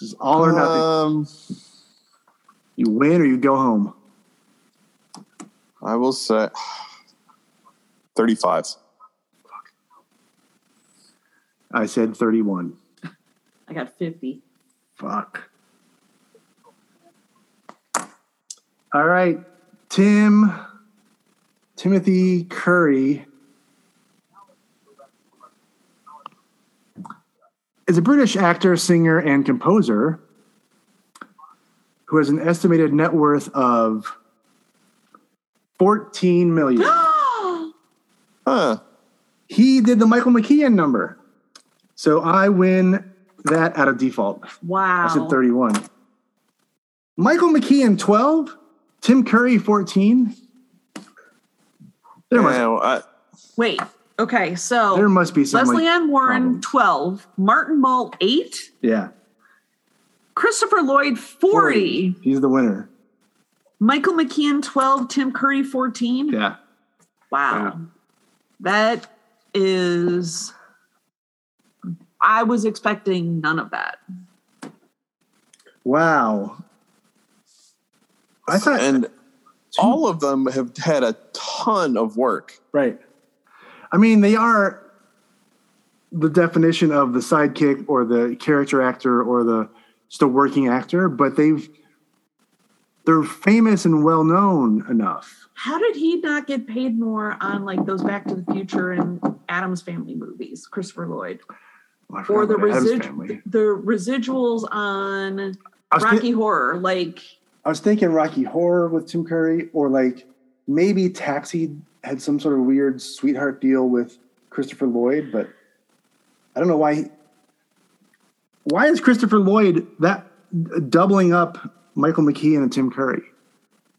[SPEAKER 3] This is all or nothing.
[SPEAKER 6] Um,
[SPEAKER 3] you win or you go home.
[SPEAKER 6] I will say 35.
[SPEAKER 3] I said 31.
[SPEAKER 9] I got 50.
[SPEAKER 3] Fuck. All right, Tim, Timothy Curry is a British actor, singer, and composer who has an estimated net worth of 14 million.
[SPEAKER 6] huh.
[SPEAKER 3] He did the Michael McKean number. So I win that out of default.
[SPEAKER 9] Wow.
[SPEAKER 3] I said 31. Michael McKean, 12. Tim Curry, 14. There must-
[SPEAKER 6] Yeah, I-
[SPEAKER 9] Wait. Okay. So
[SPEAKER 3] There must be some,
[SPEAKER 9] Leslie
[SPEAKER 3] like,
[SPEAKER 9] Ann Warren, 12. Martin Mull, 8.
[SPEAKER 3] Yeah.
[SPEAKER 9] Christopher Lloyd, 40.
[SPEAKER 3] He's the winner.
[SPEAKER 9] Michael McKean, 12. Tim Curry, 14.
[SPEAKER 3] Yeah.
[SPEAKER 9] Wow. That is. I was expecting none of that.
[SPEAKER 3] Wow. I thought,
[SPEAKER 6] and all of them have had a ton of work.
[SPEAKER 3] Right. I mean, they are the definition of the sidekick or the character actor or the just a working actor, but they've they're famous and well known enough.
[SPEAKER 9] How did he not get paid more on like those Back to the Future and Adam's Family movies, Christopher Lloyd?
[SPEAKER 3] Well, I forgot
[SPEAKER 9] or the
[SPEAKER 3] about Addams
[SPEAKER 9] residual
[SPEAKER 3] Family.
[SPEAKER 9] the residuals on
[SPEAKER 3] I was
[SPEAKER 9] Rocky
[SPEAKER 3] thi-
[SPEAKER 9] Horror. Like
[SPEAKER 3] I was thinking Rocky Horror with Tim Curry, or like maybe Taxi had some sort of weird sweetheart deal with Christopher Lloyd, but I don't know why. he- why is Christopher Lloyd that doubling up Michael McKean and Tim Curry?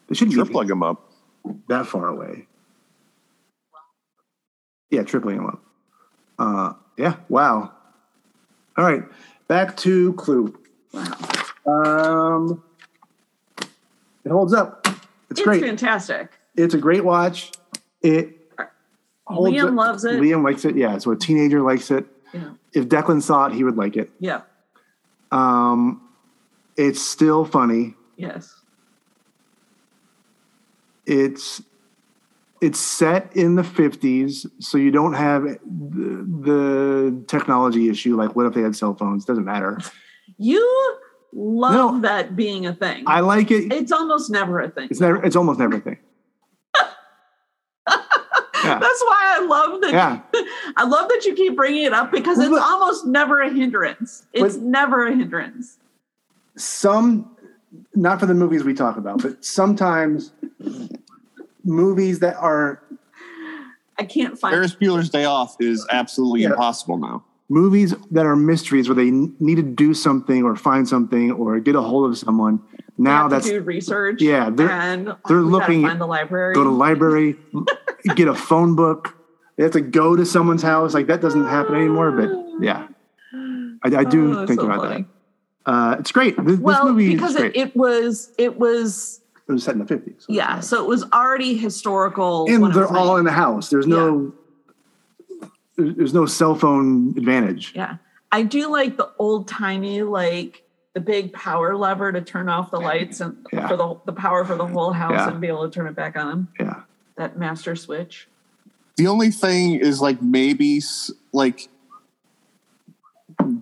[SPEAKER 3] They shouldn't be
[SPEAKER 6] plug him up
[SPEAKER 3] that far away. Yeah, tripling him up. Uh, yeah, wow. All right, back to Clue. Um, it holds up. It's,
[SPEAKER 9] It's
[SPEAKER 3] great.
[SPEAKER 9] fantastic.
[SPEAKER 3] It's a great watch. It holds
[SPEAKER 9] Liam
[SPEAKER 3] up.
[SPEAKER 9] loves it.
[SPEAKER 3] Liam likes it. Yeah, so a teenager likes it.
[SPEAKER 9] Yeah.
[SPEAKER 3] If Declan saw it, he would like it.
[SPEAKER 9] Yeah.
[SPEAKER 3] Um, it's still funny.
[SPEAKER 9] Yes.
[SPEAKER 3] it's it's set in the 50s so you don't have the, the technology issue like what if they had cell phones doesn't matter
[SPEAKER 9] You love that being a thing.
[SPEAKER 3] I like it.
[SPEAKER 9] It's almost never a thing.
[SPEAKER 3] it's never it's almost never a thing yeah.
[SPEAKER 9] That's why I love that.
[SPEAKER 3] Yeah.
[SPEAKER 9] I love that you keep bringing it up because it's almost never a hindrance. It's never a hindrance.
[SPEAKER 3] some not for the movies we talk about but sometimes movies that are
[SPEAKER 9] I can't find
[SPEAKER 6] Ferris Bueller's Day Off is absolutely
[SPEAKER 3] Yeah.
[SPEAKER 6] impossible now.
[SPEAKER 3] movies that are mysteries where they n- need to do something or find something or get a hold of someone now
[SPEAKER 9] to
[SPEAKER 3] that's
[SPEAKER 9] do research.
[SPEAKER 3] yeah, they're-
[SPEAKER 9] and oh,
[SPEAKER 3] they're
[SPEAKER 9] we gotta
[SPEAKER 3] looking-
[SPEAKER 9] find the library.
[SPEAKER 3] go to library, get a phone book. They have to go to someone's house. Like that doesn't happen anymore. But yeah, I, I do
[SPEAKER 9] Oh,
[SPEAKER 3] think
[SPEAKER 9] so
[SPEAKER 3] about
[SPEAKER 9] funny.
[SPEAKER 3] that. Uh, it's great. This, this
[SPEAKER 9] well,
[SPEAKER 3] movie
[SPEAKER 9] because
[SPEAKER 3] is great.
[SPEAKER 9] it,
[SPEAKER 3] It,
[SPEAKER 9] it was it was
[SPEAKER 3] was set in the fifties,
[SPEAKER 9] yeah, so it was already historical. when
[SPEAKER 3] and
[SPEAKER 9] it
[SPEAKER 3] they're
[SPEAKER 9] was
[SPEAKER 3] all in the house. There's no, there- there's no cell phone advantage.
[SPEAKER 9] Yeah. I do like the old timey, like the big power lever to turn off the lights and
[SPEAKER 3] Yeah.
[SPEAKER 9] for the, the power for the whole house
[SPEAKER 6] Yeah.
[SPEAKER 9] and be able to turn it back on.
[SPEAKER 3] Yeah.
[SPEAKER 9] That master switch.
[SPEAKER 6] The only thing is like maybe s- like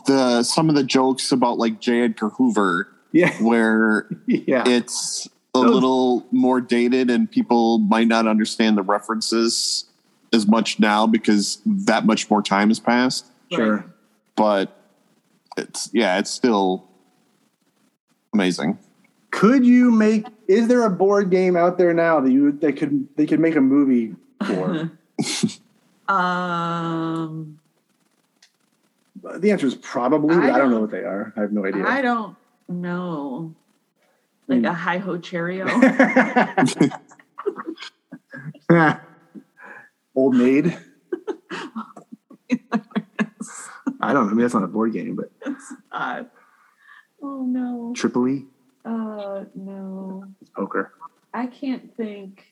[SPEAKER 6] the some of the jokes about like J. Edgar Hoover,
[SPEAKER 3] yeah,
[SPEAKER 6] where
[SPEAKER 3] yeah.
[SPEAKER 6] it's a
[SPEAKER 3] Those-
[SPEAKER 6] little more dated and people might not understand the references as much now because that much more time has passed.
[SPEAKER 3] Sure.
[SPEAKER 6] But it's yeah, it's still amazing.
[SPEAKER 3] Could you make? Is there a board game out there now that you that could they could make a movie for?
[SPEAKER 9] Um
[SPEAKER 3] the answer is probably. but
[SPEAKER 9] I
[SPEAKER 3] I, don't know
[SPEAKER 9] don't-
[SPEAKER 3] what they are. I have no idea.
[SPEAKER 9] I don't know. Like
[SPEAKER 3] Hmm.
[SPEAKER 9] a hi ho Cheerio.
[SPEAKER 3] Old Maid. I don't know. I mean, that's not a board game, but
[SPEAKER 9] it's not. Uh, Oh no.
[SPEAKER 3] Tripoli
[SPEAKER 9] Uh no.
[SPEAKER 3] is poker.
[SPEAKER 9] I can't think.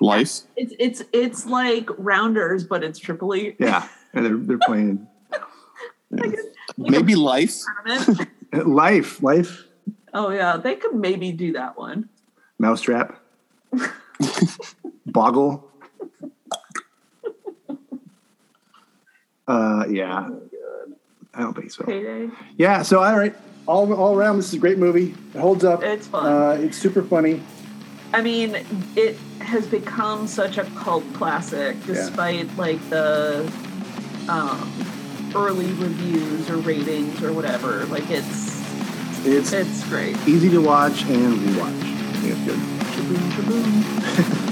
[SPEAKER 6] Life.
[SPEAKER 9] It's it's it's like rounders, but it's E. Tripoli.
[SPEAKER 3] Yeah, and they're they're playing
[SPEAKER 6] Maybe life.
[SPEAKER 9] tournament.
[SPEAKER 3] life, life,
[SPEAKER 9] oh yeah, they could maybe do that one.
[SPEAKER 3] mousetrap, boggle. Uh, yeah, I don't think so.
[SPEAKER 9] Payday.
[SPEAKER 3] Yeah, so all right, all all around, this is a great movie. It holds up.
[SPEAKER 9] It's fun.
[SPEAKER 3] Uh, it's super funny.
[SPEAKER 9] I mean, it has become such a cult classic, despite like the um, early reviews or ratings or whatever. Like it's
[SPEAKER 3] It's
[SPEAKER 9] it's great.
[SPEAKER 3] easy to watch and rewatch. I think it's good.
[SPEAKER 9] Shaboom, shaboom.